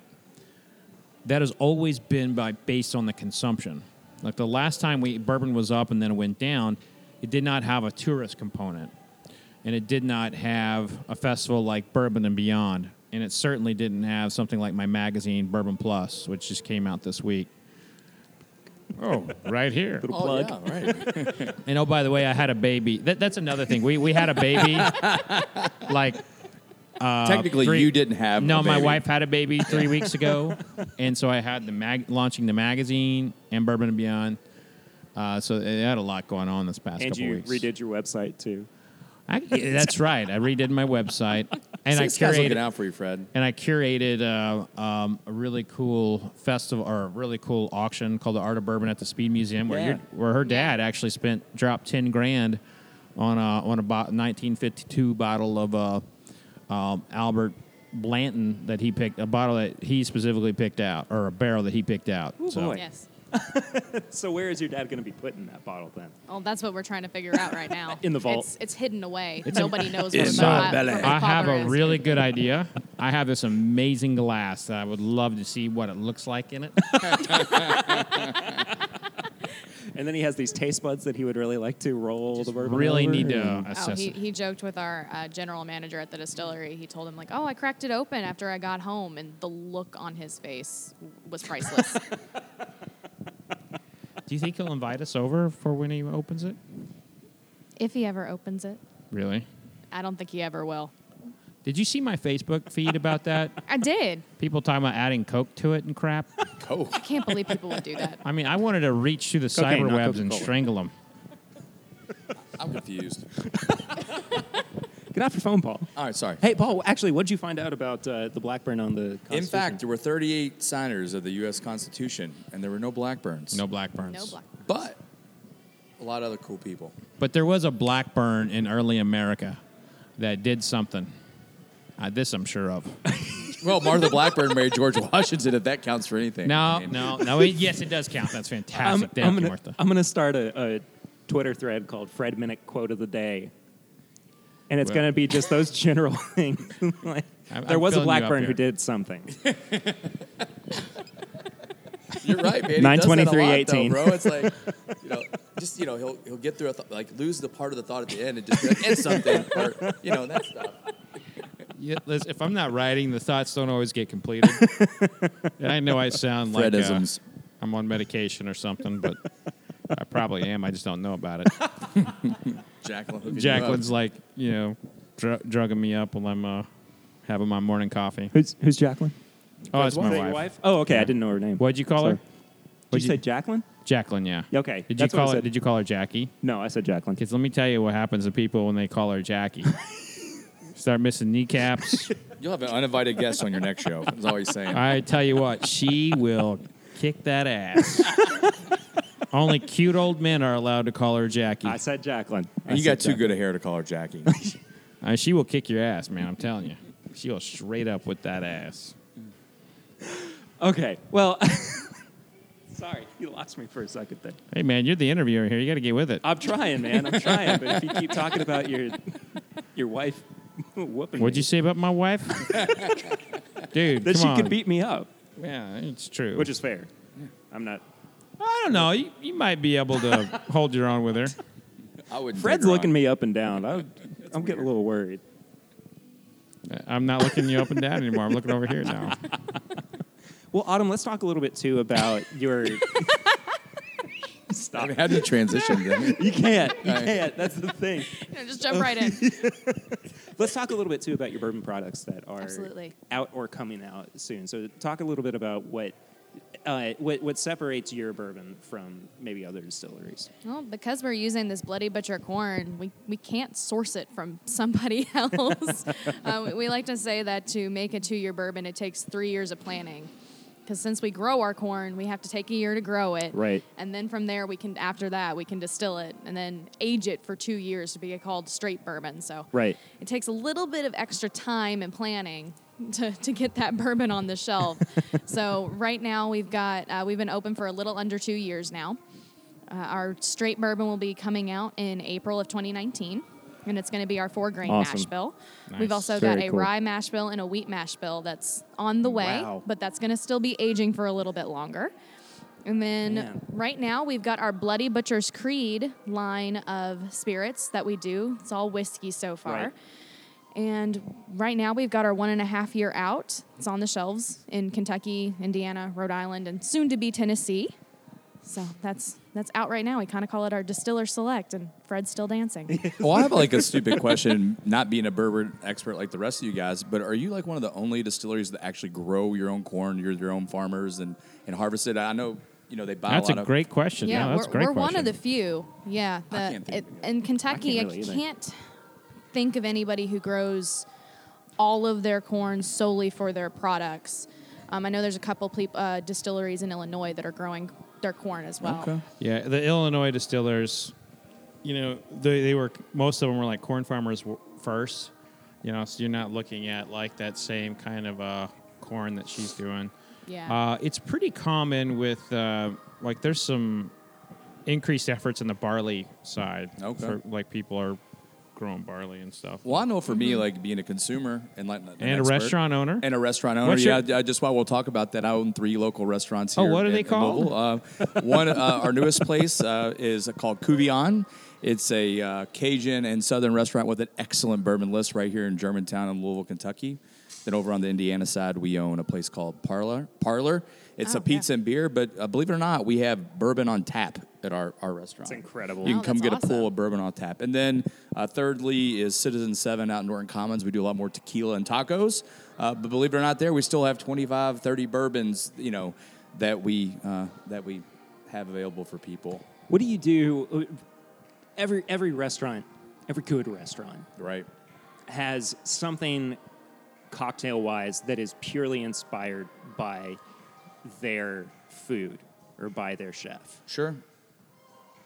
Speaker 3: that has always been by based on the consumption. Like the last time we bourbon was up and then it went down, it did not have a tourist component, and it did not have a festival like Bourbon and Beyond, and it certainly didn't have something like my magazine Bourbon Plus, which just came out this week. Oh, right here.
Speaker 5: Oh, yeah, right.
Speaker 3: And oh, by the way, I had a baby. That, that's another thing. We we had a baby. like
Speaker 5: Technically,
Speaker 3: Uh, three-
Speaker 5: you didn't have
Speaker 3: no,
Speaker 5: a
Speaker 3: my
Speaker 5: baby.
Speaker 3: wife had a baby three weeks ago, and so I had the mag launching the magazine and Bourbon and Beyond. Uh, so it had a lot going on this past
Speaker 1: and
Speaker 3: couple
Speaker 1: you
Speaker 3: weeks.
Speaker 1: redid your website too.
Speaker 3: I, yeah, that's right. I redid my website, and
Speaker 5: See,
Speaker 3: I
Speaker 5: this guy's looking
Speaker 3: curated
Speaker 5: out for you, Fred.
Speaker 3: and I curated uh, um, a really cool festival or a really cool auction called the Art of Bourbon at the Speed Museum, where
Speaker 1: Yeah.
Speaker 3: your, where her dad actually spent dropped ten grand on a on a bo- 1952 bottle of uh, um, Albert Blanton that he picked a bottle that he specifically picked out or a barrel that he picked out. so
Speaker 1: boy.
Speaker 2: Yes.
Speaker 1: So where is your dad going to be putting that bottle then?
Speaker 2: Well, that's what we're trying to figure out right now.
Speaker 1: In the vault.
Speaker 2: It's, it's hidden away. Nobody knows what
Speaker 5: in my
Speaker 2: my pop-
Speaker 5: belly.
Speaker 2: what my
Speaker 3: I have
Speaker 2: popper
Speaker 3: a
Speaker 2: is.
Speaker 3: really good idea. I have this amazing glass that I would love to see what it looks like in it.
Speaker 1: And then he has these taste buds that he would really like to roll the bourbon.
Speaker 3: really
Speaker 1: over
Speaker 3: need to
Speaker 1: and-
Speaker 3: assess
Speaker 2: Oh, he,
Speaker 3: it.
Speaker 2: he joked with our uh, general manager at the distillery. He told him like, "Oh, I cracked it open after I got home," and the look on his face was priceless.
Speaker 3: Do you think he'll invite us over for when he opens it?
Speaker 2: if he ever opens it,
Speaker 3: Really?
Speaker 2: I don't think he ever will.
Speaker 3: Did you see my Facebook feed about that?
Speaker 2: I did.
Speaker 3: People talking about adding Coke to it and crap.
Speaker 5: Coke.
Speaker 2: I can't believe people would do that.
Speaker 3: I mean, I wanted to reach through the
Speaker 1: Cocaine,
Speaker 3: cyber
Speaker 1: not
Speaker 3: webs and
Speaker 1: Coca-Cola.
Speaker 3: strangle them.
Speaker 5: I'm confused.
Speaker 1: Get off your phone, Paul.
Speaker 5: All right, sorry.
Speaker 1: Hey, Paul. Actually, what did you find out about uh, the Blackburn on the? Constitution?
Speaker 5: In fact, there were 38 signers of the U.S. Constitution, and there were no Blackburns.
Speaker 3: No Blackburns.
Speaker 2: No black.
Speaker 5: But a lot of other cool people.
Speaker 3: But there was a Blackburn in early America that did something. Uh, this I'm sure of.
Speaker 5: Well, Martha Blackburn married George Washington, if that counts for anything.
Speaker 3: No,
Speaker 5: I mean,
Speaker 3: no, no. It, yes, it does count. That's
Speaker 1: I'm,
Speaker 3: fantastic. Thank
Speaker 1: I'm
Speaker 3: you,
Speaker 1: gonna,
Speaker 3: Martha.
Speaker 1: I'm gonna start a, a Twitter thread called Fred Minute Quote of the Day, and it's
Speaker 3: Well-
Speaker 1: gonna be just those general things. like,
Speaker 3: I'm-
Speaker 1: there
Speaker 3: I'm
Speaker 1: was a
Speaker 3: filling you up
Speaker 1: Blackburn who
Speaker 3: here.
Speaker 1: did something.
Speaker 5: You're right, man. He does that a lot, though,
Speaker 1: 9/23/18.
Speaker 5: bro. It's like, you know, just, you know, he'll, he'll get through, a th- like, lose the part of the thought at the end and just be like, and something, or, you know, that stuff.
Speaker 3: Yeah, Liz, if I'm not writing, the thoughts don't always get completed. I know I sound like uh,
Speaker 5: Fredisms.
Speaker 3: I'm on medication or something, but I probably am. I just don't know about it.
Speaker 5: Jacqueline. hooking you up.
Speaker 3: Jacqueline's like, you know, dr- drugging me up while I'm uh, having my morning coffee.
Speaker 1: who's who's Jacqueline?
Speaker 3: Oh, it's my
Speaker 4: Is that
Speaker 3: wife.
Speaker 4: your Oh, okay. I didn't know her name.
Speaker 3: What'd you call her?
Speaker 4: Sorry. Did
Speaker 3: What'd
Speaker 4: you say Jacqueline?
Speaker 3: Jacqueline? Yeah.
Speaker 4: Okay,
Speaker 3: Did
Speaker 4: that's
Speaker 3: you
Speaker 4: what I
Speaker 3: call it?
Speaker 4: said.
Speaker 3: Did you call her Jackie?
Speaker 4: No, I said Jacqueline.
Speaker 3: Because let me tell you what happens to people when they call her Jackie. Start missing kneecaps.
Speaker 5: You'll have an uninvited guest on your next show. That's all he's saying.
Speaker 3: I tell you what, she will kick that ass. Only cute old men are allowed to call her Jackie.
Speaker 4: I said Jacqueline. I
Speaker 5: and you
Speaker 4: said
Speaker 5: got too
Speaker 4: Jacqueline.
Speaker 5: good a hair to call her Jackie.
Speaker 3: Uh, she will kick your ass, man. I'm telling you. She will straight up with that ass.
Speaker 4: Okay. Well, sorry, you lost me for a second there.
Speaker 3: Hey, man, you're the interviewer here. You got to get with it.
Speaker 4: I'm trying, man. I'm trying. But if you keep talking about your your wife whooping,
Speaker 3: What'd
Speaker 4: me,
Speaker 3: you say about my wife? Dude,
Speaker 4: That
Speaker 3: come
Speaker 4: she
Speaker 3: on.
Speaker 4: could beat me up,
Speaker 3: Yeah, it's true.
Speaker 4: which is fair. I'm not.
Speaker 3: I don't know. You, you might be able to hold your own with her.
Speaker 5: I would.
Speaker 4: Fred's looking me up and down. I, I'm getting a little worried.
Speaker 3: I'm not looking you up and down anymore. I'm looking over here now.
Speaker 1: Well, Autumn, let's talk a little bit too about your.
Speaker 5: I mean, how do you transition? then?
Speaker 1: you can't. You
Speaker 5: Right.
Speaker 1: can't. That's the thing.
Speaker 2: No, just jump right in.
Speaker 1: Let's talk a little bit too about your bourbon products that are
Speaker 2: Absolutely.
Speaker 1: out or coming out soon. So talk a little bit about what uh, what what separates your bourbon from maybe other distilleries.
Speaker 2: Well, because we're using this Bloody Butcher corn, we, we can't source it from somebody else. uh, we, we like to say that to make a two year bourbon, it takes three years of planning. Because since we grow our corn, we have to take a year to grow it.
Speaker 4: Right.
Speaker 2: And then from there, we can, after that, we can distill it and then age it for two years to be called straight bourbon. So
Speaker 4: Right.
Speaker 2: it takes a little bit of extra time and planning to, to get that bourbon on the shelf. so right now we've got uh, we've been open for a little under two years now. Uh, our straight bourbon will be coming out in April of 2019. And it's going to be our four grain
Speaker 4: Awesome.
Speaker 2: mash bill. We've also
Speaker 4: Very
Speaker 2: got a
Speaker 4: cool.
Speaker 2: rye mash bill and a wheat mash bill that's on the way,
Speaker 1: Wow.
Speaker 2: but that's going to still be aging for a little bit longer. And then
Speaker 1: Man.
Speaker 2: right now we've got our Bloody Butcher's Creed line of spirits that we do. It's all whiskey so far.
Speaker 1: Right.
Speaker 2: And right now we've got our one and a half year out. It's on the shelves in Kentucky, Indiana, Rhode Island, and soon to be Tennessee. So that's that's out right now. We kind of call it our distiller select, and Fred's still dancing.
Speaker 5: Well, I have like a stupid question. Not being a bourbon expert like the rest of you guys, but are you like one of the only distilleries that actually grow your own corn? You're your own farmers and and harvest it. I know you know they buy
Speaker 3: That's
Speaker 5: a lot
Speaker 3: a
Speaker 5: of
Speaker 3: great question. Yeah, that's
Speaker 2: we're,
Speaker 3: a great
Speaker 2: we're one of the
Speaker 3: question.
Speaker 2: few. Yeah, the,
Speaker 5: can't think
Speaker 2: it-
Speaker 5: of
Speaker 2: in Kentucky, I
Speaker 4: really
Speaker 2: can't,
Speaker 4: either.
Speaker 2: think of anybody who grows all of their corn solely for their products. Um, I know there's a couple peop uh, distilleries in Illinois that are growing their corn as well.
Speaker 5: Okay.
Speaker 3: Yeah, the Illinois distillers, you know, they, they were most of them were like corn farmers w- first, you know, so you're not looking at like that same kind of uh, corn that she's doing.
Speaker 2: Yeah.
Speaker 3: Uh, it's pretty common with uh, like there's some increased efforts in the barley side.
Speaker 5: Okay.
Speaker 3: For, like people are growing barley and stuff.
Speaker 5: Well, I know for me, like being a consumer and like an
Speaker 3: and a
Speaker 5: expert-
Speaker 3: restaurant owner.
Speaker 5: and a restaurant owner.
Speaker 3: What's
Speaker 5: yeah,
Speaker 3: your-
Speaker 5: I- I just while we'll talk about that, I own three local restaurants.
Speaker 3: Oh,
Speaker 5: Here
Speaker 3: what are
Speaker 5: in-
Speaker 3: they
Speaker 5: in
Speaker 3: called?
Speaker 5: Louisville. Uh, one, uh, our newest place uh, is called Cuvion. It's a uh, Cajun and Southern restaurant with an excellent bourbon list right here in Germantown in Louisville, Kentucky. Then over on the Indiana side, we own a place called Parlor. Parlor. It's
Speaker 2: Oh,
Speaker 5: a pizza
Speaker 2: yeah.
Speaker 5: and beer, but uh, believe it or not, we have bourbon on tap at our, our restaurant.
Speaker 4: It's incredible.
Speaker 5: You can
Speaker 2: Wow,
Speaker 5: come
Speaker 2: that's
Speaker 5: get a
Speaker 2: awesome.
Speaker 5: pull of bourbon on tap. And then, uh, thirdly, is Citizen Seven out in Norton Commons. We do a lot more tequila and tacos. Uh, but believe it or not, there we still have 25, 30 bourbons. You know that we uh, that we have available for people.
Speaker 1: What do you do? uh, Every every restaurant, every good restaurant
Speaker 5: Right.
Speaker 1: has something cocktail wise that is purely inspired by their food or by their chef.
Speaker 5: Sure.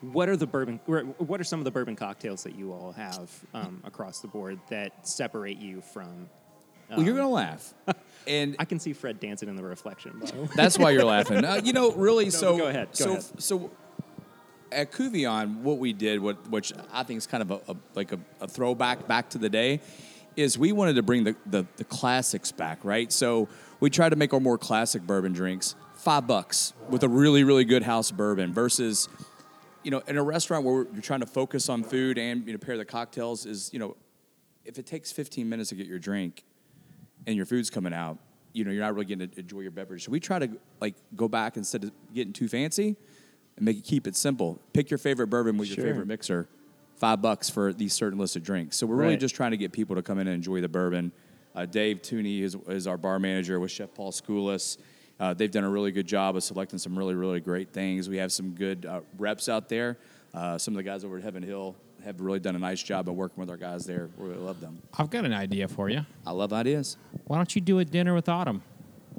Speaker 1: What are the bourbon? or What are some of the bourbon cocktails that you all have um, across the board that separate you from?
Speaker 5: well, you're gonna laugh, and
Speaker 1: I can see Fred dancing in the reflection. By the way.
Speaker 5: That's why you're laughing. Uh, you know, really. so
Speaker 1: go ahead, go
Speaker 5: so
Speaker 1: ahead.
Speaker 5: so at Cuvion, what we did, what which I think is kind of a, a like a, a throwback back to the day, is we wanted to bring the, the the classics back, right? So we tried to make our more classic bourbon drinks five bucks with a really really good house bourbon versus you know, in a restaurant where you're trying to focus on food and you know pair the cocktails is you know, if it takes 15 minutes to get your drink, and your food's coming out, you know, you're not really getting to enjoy your beverage. So we try to like go back instead of getting too fancy and make it keep it simple. Pick your favorite bourbon with your favorite mixer. Five bucks for these certain list of drinks. So we're really
Speaker 1: Right.
Speaker 5: just trying to get people to come in and enjoy the bourbon Uh, Dave Tooney is, is our bar manager with Chef Paul Skoulas. Uh, they've done a really good job of selecting some really, really great things. We have some good uh, reps out there. Uh, some of the guys over at Heaven Hill have really done a nice job of working with our guys there. We really love them.
Speaker 3: I've got an idea for you.
Speaker 5: I love ideas.
Speaker 3: Why don't you do a dinner with Autumn?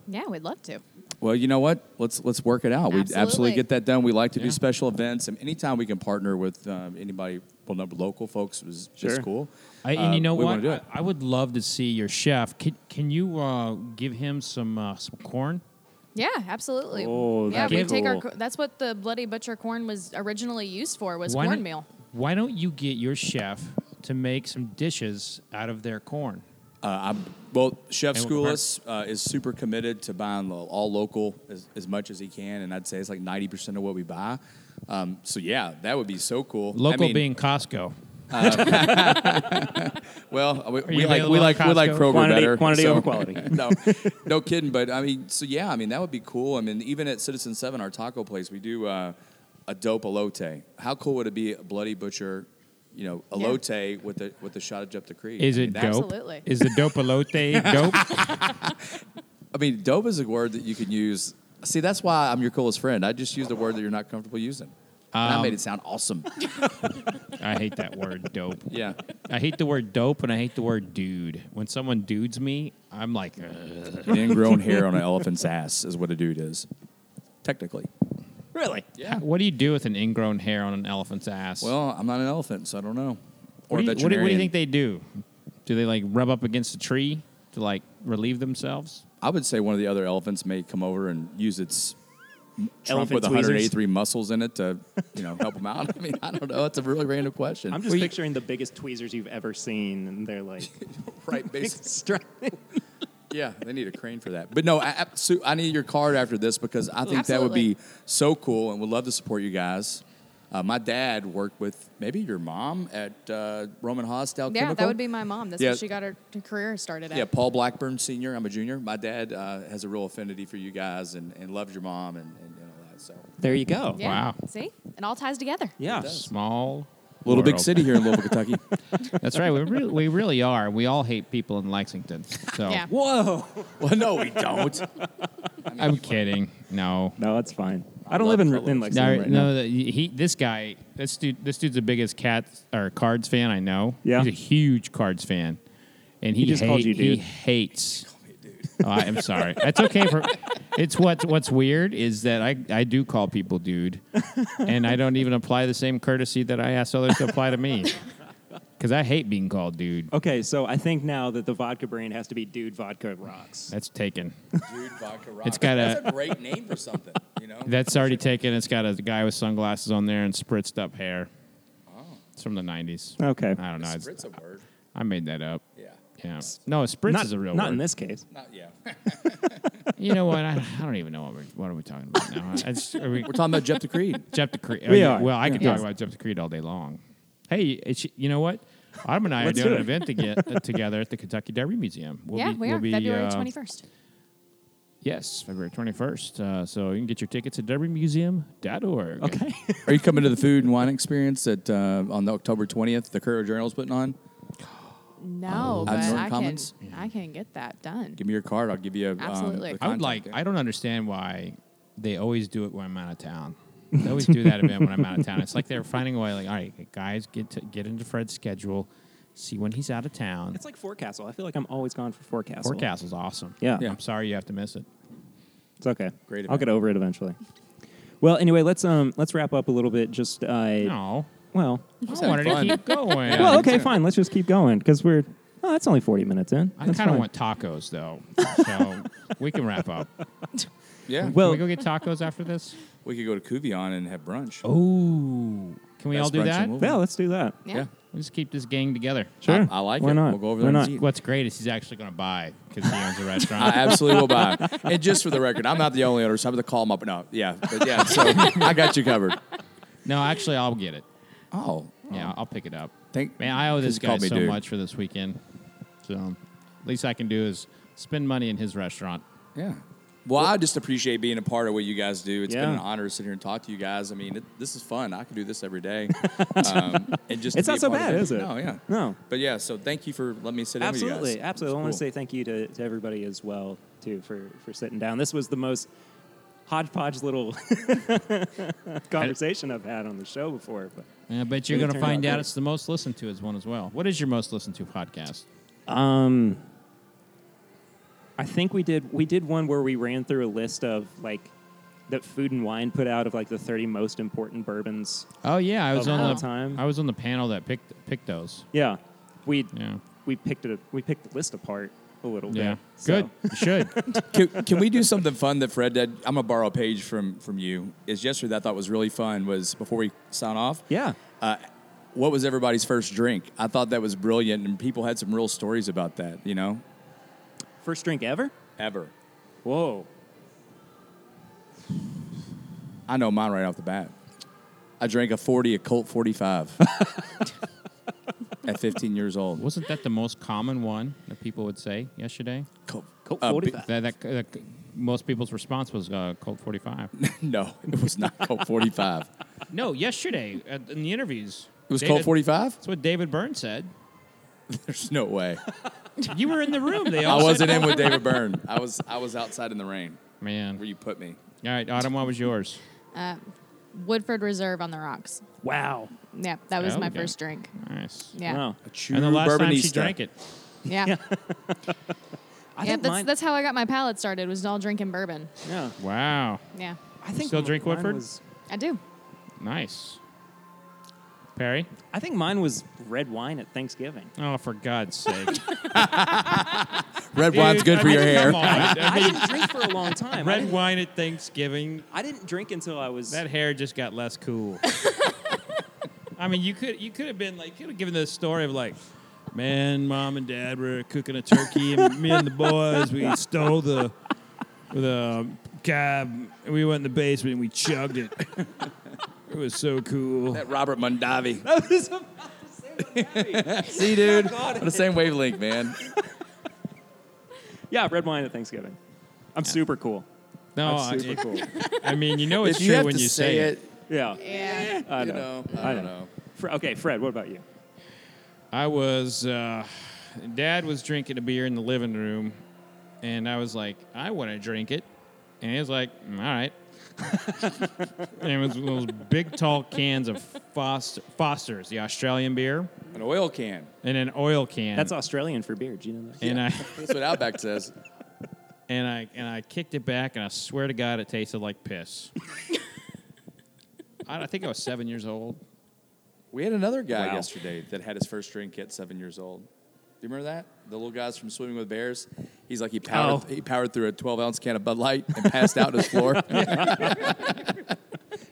Speaker 2: Yeah, we'd love to.
Speaker 5: Well, you know what? Let's let's work it out. We absolutely
Speaker 2: Absolutely.
Speaker 5: get that done. We like to
Speaker 3: Yeah.
Speaker 5: do special events, and anytime we can partner with um, anybody, well, number local folks is
Speaker 1: Sure.
Speaker 5: just cool.
Speaker 3: I, and you
Speaker 5: Um,
Speaker 3: know
Speaker 5: we
Speaker 3: what?
Speaker 5: wanna do it.
Speaker 3: I, I would love to see your chef. Can, can you uh, give him some uh, some corn?
Speaker 2: Yeah, absolutely.
Speaker 4: Oh,
Speaker 2: yeah,
Speaker 4: that'd
Speaker 2: we
Speaker 4: be
Speaker 2: take our.
Speaker 4: cool.
Speaker 2: co- That's what the bloody butcher corn was originally used for was
Speaker 3: Why don't-
Speaker 2: cornmeal.
Speaker 3: Why don't you get your chef to make some dishes out of their corn?
Speaker 5: Uh, I'm, well, Chef
Speaker 3: And we'll
Speaker 5: Skoulas uh, is super committed to buying lo- all local as, as much as he can, and I'd say it's like ninety percent of what we buy. Um, so yeah, that would be so cool. I
Speaker 3: Local
Speaker 5: mean,
Speaker 3: being Costco.
Speaker 5: well, uh, we, we
Speaker 3: you
Speaker 5: like we
Speaker 3: available
Speaker 5: like
Speaker 3: at
Speaker 5: we like
Speaker 3: Costco?
Speaker 5: Kroger
Speaker 1: Quantity-
Speaker 5: better.
Speaker 1: quantity over quality.
Speaker 5: no, no kidding. But I mean, so yeah, I mean that would be cool. I mean, even at Citizen Seven, our taco place, we do uh, a dope elote. How cool would it be a bloody butcher, you know,
Speaker 2: Yeah.
Speaker 5: elote with the with the shot of Jeff the Creed?
Speaker 3: Is
Speaker 5: I mean,
Speaker 3: it dope?
Speaker 5: that's-
Speaker 2: Absolutely.
Speaker 3: Is the dopelote dope?
Speaker 5: I mean, dope is a word that you can use. See, that's why I'm your coolest friend. I just used a word that you're not comfortable using. and I
Speaker 3: Um,
Speaker 5: made it sound awesome.
Speaker 3: I hate that word, dope.
Speaker 5: yeah.
Speaker 3: I hate the word dope and I hate the word dude. When someone dudes me, I'm like, "Ugh."
Speaker 5: Ingrown hair on an elephant's ass is what a dude is, technically.
Speaker 1: Really?
Speaker 5: Yeah.
Speaker 3: what do you do with an ingrown hair on an elephant's ass?
Speaker 5: Well, I'm not an elephant, so I don't know. Or
Speaker 3: what, do you,
Speaker 5: a
Speaker 3: what do- what do you
Speaker 5: veterinarian.
Speaker 3: think they do? Do they like rub up against a tree to like relieve themselves?
Speaker 5: I would say one of the other elephants may come over and use its trunk
Speaker 1: Elephant
Speaker 5: with
Speaker 1: tweezers.
Speaker 5: 183 muscles in it to, you know, help them out. I mean, I don't know. That's a really random question.
Speaker 4: I'm just picturing the biggest tweezers you've ever seen, and they're like,
Speaker 5: right, basically.
Speaker 4: Stri-
Speaker 5: Yeah, they need a crane for that. But no, I, I- Sue, I need your card after this because I think that would be
Speaker 2: Absolutely.
Speaker 5: so cool, and would love to support you guys. Uh, my dad worked with maybe your mom at uh, Roman Hostel.
Speaker 2: Yeah, that would be my mom. That's
Speaker 5: Yeah.
Speaker 2: what she got her career started at.
Speaker 5: Yeah, Paul Blackburn Senior. I'm a junior. My dad uh, has a real affinity for you guys and, and loves your mom and, and, and all that. So
Speaker 1: There you go.
Speaker 2: Yeah.
Speaker 3: Wow.
Speaker 2: See, it all ties together.
Speaker 1: Yeah.
Speaker 3: Small.
Speaker 5: little big
Speaker 3: world.
Speaker 5: city here in Louisville, Kentucky.
Speaker 3: That's right. We really, we really are. We all hate people in Lexington. So
Speaker 2: Yeah.
Speaker 1: Whoa.
Speaker 5: Well, no, we don't.
Speaker 3: I'm kidding. No.
Speaker 4: no, it's fine. I don't
Speaker 5: love
Speaker 4: live in,
Speaker 5: colors.
Speaker 4: in
Speaker 3: No,
Speaker 4: Lexington right
Speaker 3: no,
Speaker 4: now.
Speaker 3: the- he, this guy, this dude, this dude's the biggest cats or cards fan I know.
Speaker 4: Yeah.
Speaker 3: he's a huge cards fan, and he,
Speaker 4: just called you
Speaker 3: He
Speaker 4: dude.
Speaker 3: hates. Oh, I am sorry. That's okay. For it's what what's weird is that I I do call people dude, and I don't even apply the same courtesy that I ask others to apply to me, because I hate being called dude.
Speaker 4: Okay, so I think now that the vodka brand has to be Dude Vodka Rocks.
Speaker 3: That's taken.
Speaker 5: Dude, vodka rock.
Speaker 3: It's got
Speaker 5: That's
Speaker 3: a-
Speaker 5: a great name for something. You know.
Speaker 3: That's already taken. It's got a guy with sunglasses on there and spritzed up hair. It's from the '90s.
Speaker 4: Okay.
Speaker 3: I don't know. Oh, It's-
Speaker 5: Sprit's a word.
Speaker 3: I made that up.
Speaker 5: Yeah.
Speaker 3: Yeah. No, a spritz
Speaker 4: not
Speaker 3: is a real
Speaker 4: not
Speaker 3: word.
Speaker 4: in this case.
Speaker 5: Not yeah.
Speaker 3: You know what? I, I don't even know what we're what are we talking about now. I just, are we,
Speaker 5: We're talking about Jeff the Creed.
Speaker 3: Jeff the Creed.
Speaker 4: We are.
Speaker 3: Well, I could
Speaker 2: Yeah.
Speaker 3: talk about Jeff the Creed all day long. Hey, it's, you know what? Autumn and I are
Speaker 4: Let's
Speaker 3: doing
Speaker 4: do
Speaker 3: an
Speaker 4: it.
Speaker 3: event to get, uh, together at the Kentucky Derby Museum. We'll
Speaker 2: yeah,
Speaker 3: be,
Speaker 2: we
Speaker 3: we'll
Speaker 2: are
Speaker 3: be,
Speaker 2: February
Speaker 3: uh,
Speaker 2: twenty first.
Speaker 3: Yes, February 21st. Uh, so you can get your tickets at derbymuseum.org.
Speaker 4: Okay.
Speaker 5: Are you coming to the food and wine experience that uh, on the October twentieth? The Courier Journal is putting on.
Speaker 2: No, but
Speaker 5: At Norton
Speaker 2: I can
Speaker 5: Commons?
Speaker 2: I can get that done.
Speaker 5: Give me your card. I'll give you. Um,
Speaker 2: Absolutely.
Speaker 5: the
Speaker 3: I would
Speaker 5: contact
Speaker 3: like,
Speaker 5: there.
Speaker 3: I don't understand why they always do it when I'm out of town. They always do that event when I'm out of town. It's like they're finding a way, like, all right, guys, get, to, get into Fred's schedule, see when he's out of town.
Speaker 4: It's like Forecastle. I feel like I'm always gone for Forecastle.
Speaker 3: Forecastle's awesome.
Speaker 4: Yeah.
Speaker 5: Yeah.
Speaker 3: I'm sorry you have to miss it.
Speaker 4: It's okay.
Speaker 5: Great
Speaker 4: I'll
Speaker 5: event.
Speaker 4: get over it eventually. Well, anyway, let's um let's wrap up a little bit. Just uh,
Speaker 3: No.
Speaker 4: well,
Speaker 3: I
Speaker 5: having
Speaker 3: wanted
Speaker 5: fun.
Speaker 3: to keep going.
Speaker 4: well, okay, fine. Let's just keep going because we're oh, that's only forty minutes in.
Speaker 3: I
Speaker 4: That's
Speaker 3: kind of
Speaker 4: fine.
Speaker 3: want tacos, though. So we can wrap up.
Speaker 5: Yeah.
Speaker 3: Well,
Speaker 4: Well-
Speaker 3: Can we go get tacos after this?
Speaker 5: we could go to Cuvion and have brunch.
Speaker 3: Oh. Can we
Speaker 5: Best
Speaker 3: all do
Speaker 5: brunch in
Speaker 3: that?
Speaker 5: Louisville.
Speaker 4: Yeah, let's do that.
Speaker 2: Yeah.
Speaker 5: Yeah.
Speaker 3: We'll just keep this gang together. Uh,
Speaker 4: Sure.
Speaker 5: I, I like
Speaker 4: Why
Speaker 5: it.
Speaker 4: Not?
Speaker 5: We'll go over
Speaker 4: Why
Speaker 5: there
Speaker 4: not?
Speaker 5: and eat.
Speaker 3: What's great is he's actually going to buy because he owns a
Speaker 5: I
Speaker 3: restaurant.
Speaker 5: absolutely will buy. And just for the record, I'm not the only owner, so I'm going to call them up. No, yeah, but yeah. So I got you covered.
Speaker 3: no, actually, I'll get it.
Speaker 5: Oh,
Speaker 3: Yeah, I'll pick it up.
Speaker 5: Thank-
Speaker 3: Man, I owe this
Speaker 5: Just call
Speaker 3: guy
Speaker 5: me
Speaker 3: so
Speaker 5: dude.
Speaker 3: much for this weekend. So least I can do is spend money in his restaurant.
Speaker 5: yeah. Well, I just appreciate being a part of what you guys do. It's
Speaker 1: Yeah.
Speaker 5: been an honor to sit here and talk to you guys. I mean, it, this is fun. I could do this every day. um, and just to
Speaker 1: It's
Speaker 5: be
Speaker 1: not
Speaker 5: a
Speaker 1: so
Speaker 5: part of
Speaker 1: bad, is it?
Speaker 5: No, yeah,
Speaker 1: No.
Speaker 5: But yeah, so thank you for letting me sit in with
Speaker 1: absolutely,
Speaker 5: you guys.
Speaker 1: absolutely. I
Speaker 5: It's
Speaker 1: want to
Speaker 5: cool.
Speaker 1: say thank you to, to everybody as well too for for sitting down. This was the most hodgepodge little conversation I've had on the show before. But
Speaker 3: I bet you're
Speaker 1: Really
Speaker 3: going to
Speaker 1: turned
Speaker 3: find
Speaker 1: out
Speaker 3: out
Speaker 1: good.
Speaker 3: it's the most listened to as one as well. What is your most listened to podcast?
Speaker 1: Um, I think we did we did one where we ran through a list of like that Food and Wine put out of like the thirty most important bourbons.
Speaker 3: Oh yeah, I was
Speaker 1: Of
Speaker 3: on
Speaker 1: all
Speaker 3: the
Speaker 1: time?
Speaker 3: I was on the panel that picked picked those.
Speaker 1: Yeah, we
Speaker 3: Yeah,
Speaker 1: we picked it we picked the list apart a little
Speaker 3: yeah,
Speaker 1: bit. so-
Speaker 3: good. You should.
Speaker 5: can, can we do something fun that Fred did? I'm gonna borrow a page from from you. Is yesterday that I thought was really fun was before we sign off.
Speaker 1: Yeah.
Speaker 5: Uh, what was everybody's first drink? I thought that was brilliant, and people had some real stories about that. You know,
Speaker 1: First drink ever.
Speaker 5: ever.
Speaker 1: Whoa.
Speaker 5: I know mine right off the bat. I drank a 40, a Colt 45 at 15 years old.
Speaker 3: Wasn't that the most common one that people would say yesterday?
Speaker 5: Colt,
Speaker 1: Colt
Speaker 5: uh, be-
Speaker 1: 45.
Speaker 3: That, that, that most people's response was uh, Colt 45.
Speaker 5: no, it was not Colt 45. It
Speaker 3: no, yesterday at, in the interviews.
Speaker 5: was
Speaker 3: David-
Speaker 5: Colt 45?
Speaker 3: That's what David Byrne said.
Speaker 5: There's no way.
Speaker 3: You were in the room. They all
Speaker 5: I
Speaker 3: said
Speaker 5: wasn't
Speaker 3: Colt-
Speaker 5: in with David Byrne. I was I was outside in the rain where
Speaker 3: Man,
Speaker 5: you put me.
Speaker 3: all right, Autumn, what was yours?
Speaker 2: Woodford Reserve on the rocks.
Speaker 1: Wow.
Speaker 2: Yeah, that was
Speaker 3: Oh,
Speaker 2: my
Speaker 3: okay.
Speaker 2: first drink.
Speaker 3: Nice.
Speaker 2: Yeah,
Speaker 1: Wow.
Speaker 5: A true
Speaker 3: And the last time she
Speaker 5: bourbonista.
Speaker 3: drank it.
Speaker 2: yeah, yeah.
Speaker 1: I think
Speaker 2: that's,
Speaker 1: mine-
Speaker 2: that's how I got my palate started. Was all drinking bourbon.
Speaker 1: yeah.
Speaker 3: Wow.
Speaker 2: Yeah,
Speaker 1: I think
Speaker 3: still
Speaker 1: m-
Speaker 3: drink
Speaker 1: mine
Speaker 3: Woodford?
Speaker 1: was-
Speaker 2: I do.
Speaker 3: Nice. Perry?
Speaker 1: I think mine was red wine at Thanksgiving.
Speaker 3: Oh, for God's sake.
Speaker 5: Red wine's good for your hair.
Speaker 1: I didn't drink for a long time. I
Speaker 3: Red
Speaker 1: didn't,
Speaker 3: wine at Thanksgiving.
Speaker 1: I didn't drink until I was
Speaker 3: That hair just got less cool. I mean, you could you could have been like could have given the story of like, man, mom and dad were cooking a turkey, and me and the boys we stole the the cab, and we went in the basement and we chugged it. It was so cool.
Speaker 5: That Robert Mondavi.
Speaker 1: I was about to say what happened.
Speaker 5: See, dude, on the same wavelength, man.
Speaker 1: Yeah, red wine at Thanksgiving. I'm super cool.
Speaker 3: No,
Speaker 1: I'm
Speaker 3: Oh, I,
Speaker 1: super cool.
Speaker 3: I mean you know it's
Speaker 5: if you
Speaker 3: true
Speaker 5: have
Speaker 3: when
Speaker 5: to
Speaker 3: you
Speaker 5: say it,
Speaker 1: Yeah.
Speaker 2: Yeah,
Speaker 1: I
Speaker 5: you
Speaker 1: know.
Speaker 5: know, I don't know.
Speaker 1: Fre- okay, Fred, what about you?
Speaker 3: I was, uh, Dad was drinking a beer in the living room, and I was like, I want to drink it. And he was like, "Mm, all right. and it was one of those big, tall cans of Foster, Foster's, the Australian beer,
Speaker 5: An oil can.
Speaker 3: and an oil can.
Speaker 1: That's Australian for beer. Do you know that?
Speaker 3: And I
Speaker 5: That's what Outback says.
Speaker 3: and I and I kicked it back, and I swear to God, it tasted like piss. I, I think I was seven years old.
Speaker 5: We had another guy
Speaker 1: Wow.
Speaker 5: yesterday that had his first drink at seven years old. Do you remember that? The little guys from Swimming with Bears. He's like he powered
Speaker 1: Oh.
Speaker 5: he powered through a twelve ounce can of Bud Light and passed out on his floor.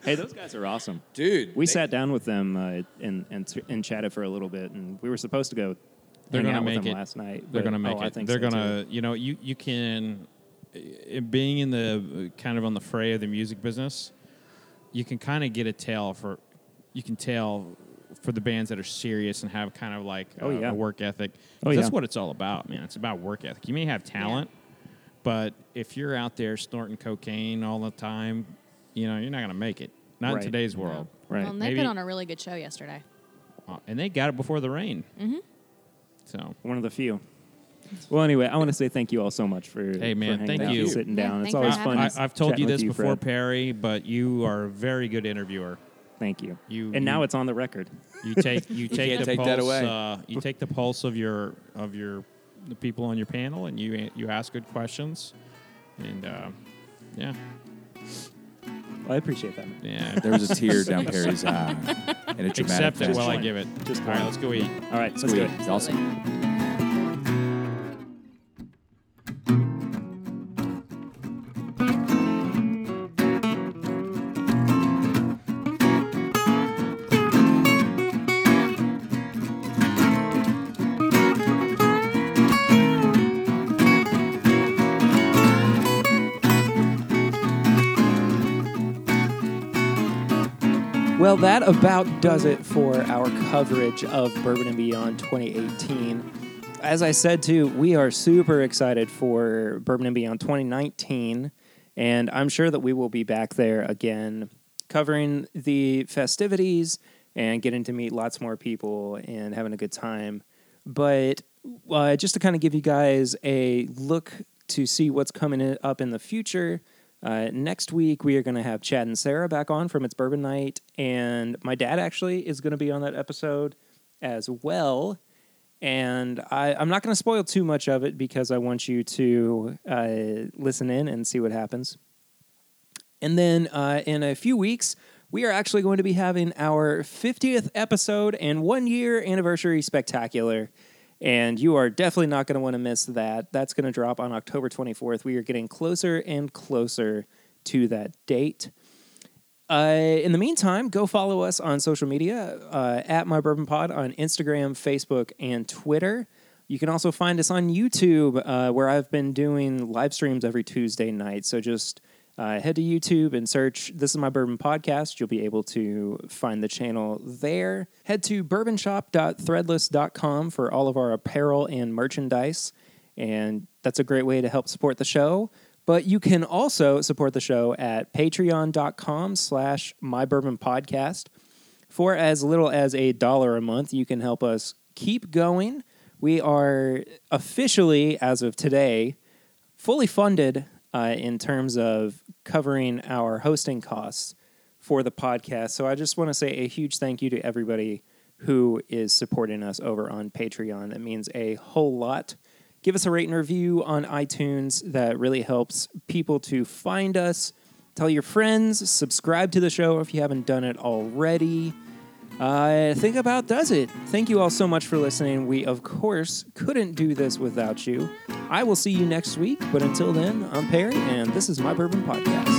Speaker 1: Hey, those guys are awesome.
Speaker 5: Dude,
Speaker 1: We
Speaker 5: they-
Speaker 1: sat down with them uh, and, and and chatted for a little bit, and we were supposed to go
Speaker 3: They're
Speaker 1: hang
Speaker 3: gonna
Speaker 1: out
Speaker 3: make
Speaker 1: with them
Speaker 3: it.
Speaker 1: last night.
Speaker 3: They're
Speaker 1: but-
Speaker 3: going to make
Speaker 1: oh, I
Speaker 3: it.
Speaker 1: think
Speaker 3: They're
Speaker 1: so, too.
Speaker 3: going to, you know, you you can, it being in the uh, kind of on the fray of the music business, you can kind of get a tell for, you can tell for the bands that are serious and have kind of like
Speaker 1: Oh,
Speaker 3: uh,
Speaker 1: yeah.
Speaker 3: a work ethic.
Speaker 1: Oh,
Speaker 3: that's
Speaker 1: yeah.
Speaker 3: what it's all about, man. It's about work ethic. You may have talent, but if you're out there snorting cocaine all the time, you know, you're not going to make it. Not
Speaker 1: Right.
Speaker 3: in today's world.
Speaker 1: Right.
Speaker 2: Well, and they
Speaker 3: Maybe-
Speaker 2: put on a really good show yesterday.
Speaker 3: Uh, And they got it before the rain. Mm-hmm. So.
Speaker 1: One of the few. Well, anyway, I want to say thank you all so much for
Speaker 3: Hey,
Speaker 1: for
Speaker 3: man,
Speaker 1: hanging
Speaker 3: thank
Speaker 1: out and
Speaker 3: you.
Speaker 1: sitting
Speaker 2: Yeah,
Speaker 1: down.
Speaker 2: thanks
Speaker 1: it's
Speaker 2: for
Speaker 1: always
Speaker 2: having
Speaker 1: fun.
Speaker 3: I,
Speaker 2: us.
Speaker 3: I've told
Speaker 1: chatting
Speaker 3: you
Speaker 1: with
Speaker 3: this before,
Speaker 1: Fred.
Speaker 3: Perry, but you are a very good interviewer.
Speaker 1: Thank you.
Speaker 3: You-
Speaker 1: and now
Speaker 3: you-
Speaker 1: it's on the record.
Speaker 3: You take you take
Speaker 5: can't
Speaker 3: the
Speaker 5: take
Speaker 3: pulse.
Speaker 5: that away.
Speaker 3: Uh, you take the pulse of your of your the people on your panel, and you you ask good questions, and uh, yeah,
Speaker 1: Well, I appreciate that.
Speaker 3: yeah.
Speaker 5: There was a tear down Perry's eye. And a dramatic
Speaker 3: Accept it
Speaker 5: gesture.
Speaker 3: while I
Speaker 1: one.
Speaker 3: give it.
Speaker 1: Just
Speaker 3: All right,
Speaker 1: one.
Speaker 3: let's go eat.
Speaker 1: All right, let's do it.
Speaker 5: It's awesome.
Speaker 1: Well, that about does it for our coverage of Bourbon and Beyond 2018. As I said too, we are super excited for Bourbon and Beyond 2019. And I'm sure that we will be back there again covering the festivities and getting to meet lots more people and having a good time. But uh, just to kind of give you guys a look to see what's coming in- up in the future, uh, next week we are going to have Chad and Sarah back on from It's Bourbon Night. And my dad actually is going to be on that episode as well and I, I'm not going to spoil too much of it because I want you to uh, listen in and see what happens. And then uh, in a few weeks, we are actually going to be having our 50th episode and one year anniversary spectacular. And you are definitely not going to want to miss that. That's going to drop on October 24th. We are getting closer and closer to that date. Uh, in the meantime, go follow us on social media uh, at My Bourbon Pod on Instagram, Facebook, and Twitter. You can also find us on YouTube, uh, where I've been doing live streams every Tuesday night. So just uh, head to YouTube and search This Is My Bourbon Podcast. You'll be able to find the channel there. Head to bourbonshop.threadless.com for all of our apparel and merchandise and that's a great way to help support the show but you can also support the show at patreon.com slash my bourbon podcast for as little as a dollar a month you can help us keep going we are officially as of today fully funded uh, in terms of covering our hosting costs for the podcast. So I just want to say a huge thank you to everybody who is supporting us over on Patreon. That means a whole lot. Give us a rate and review on iTunes. That really helps people to find us. Tell your friends, subscribe to the show if you haven't done it already. I think about does it. Thank you all so much for listening. We, of course, couldn't do this without you. I will see you next week, but until then, I'm Perry, and this is my Bourbon Podcast.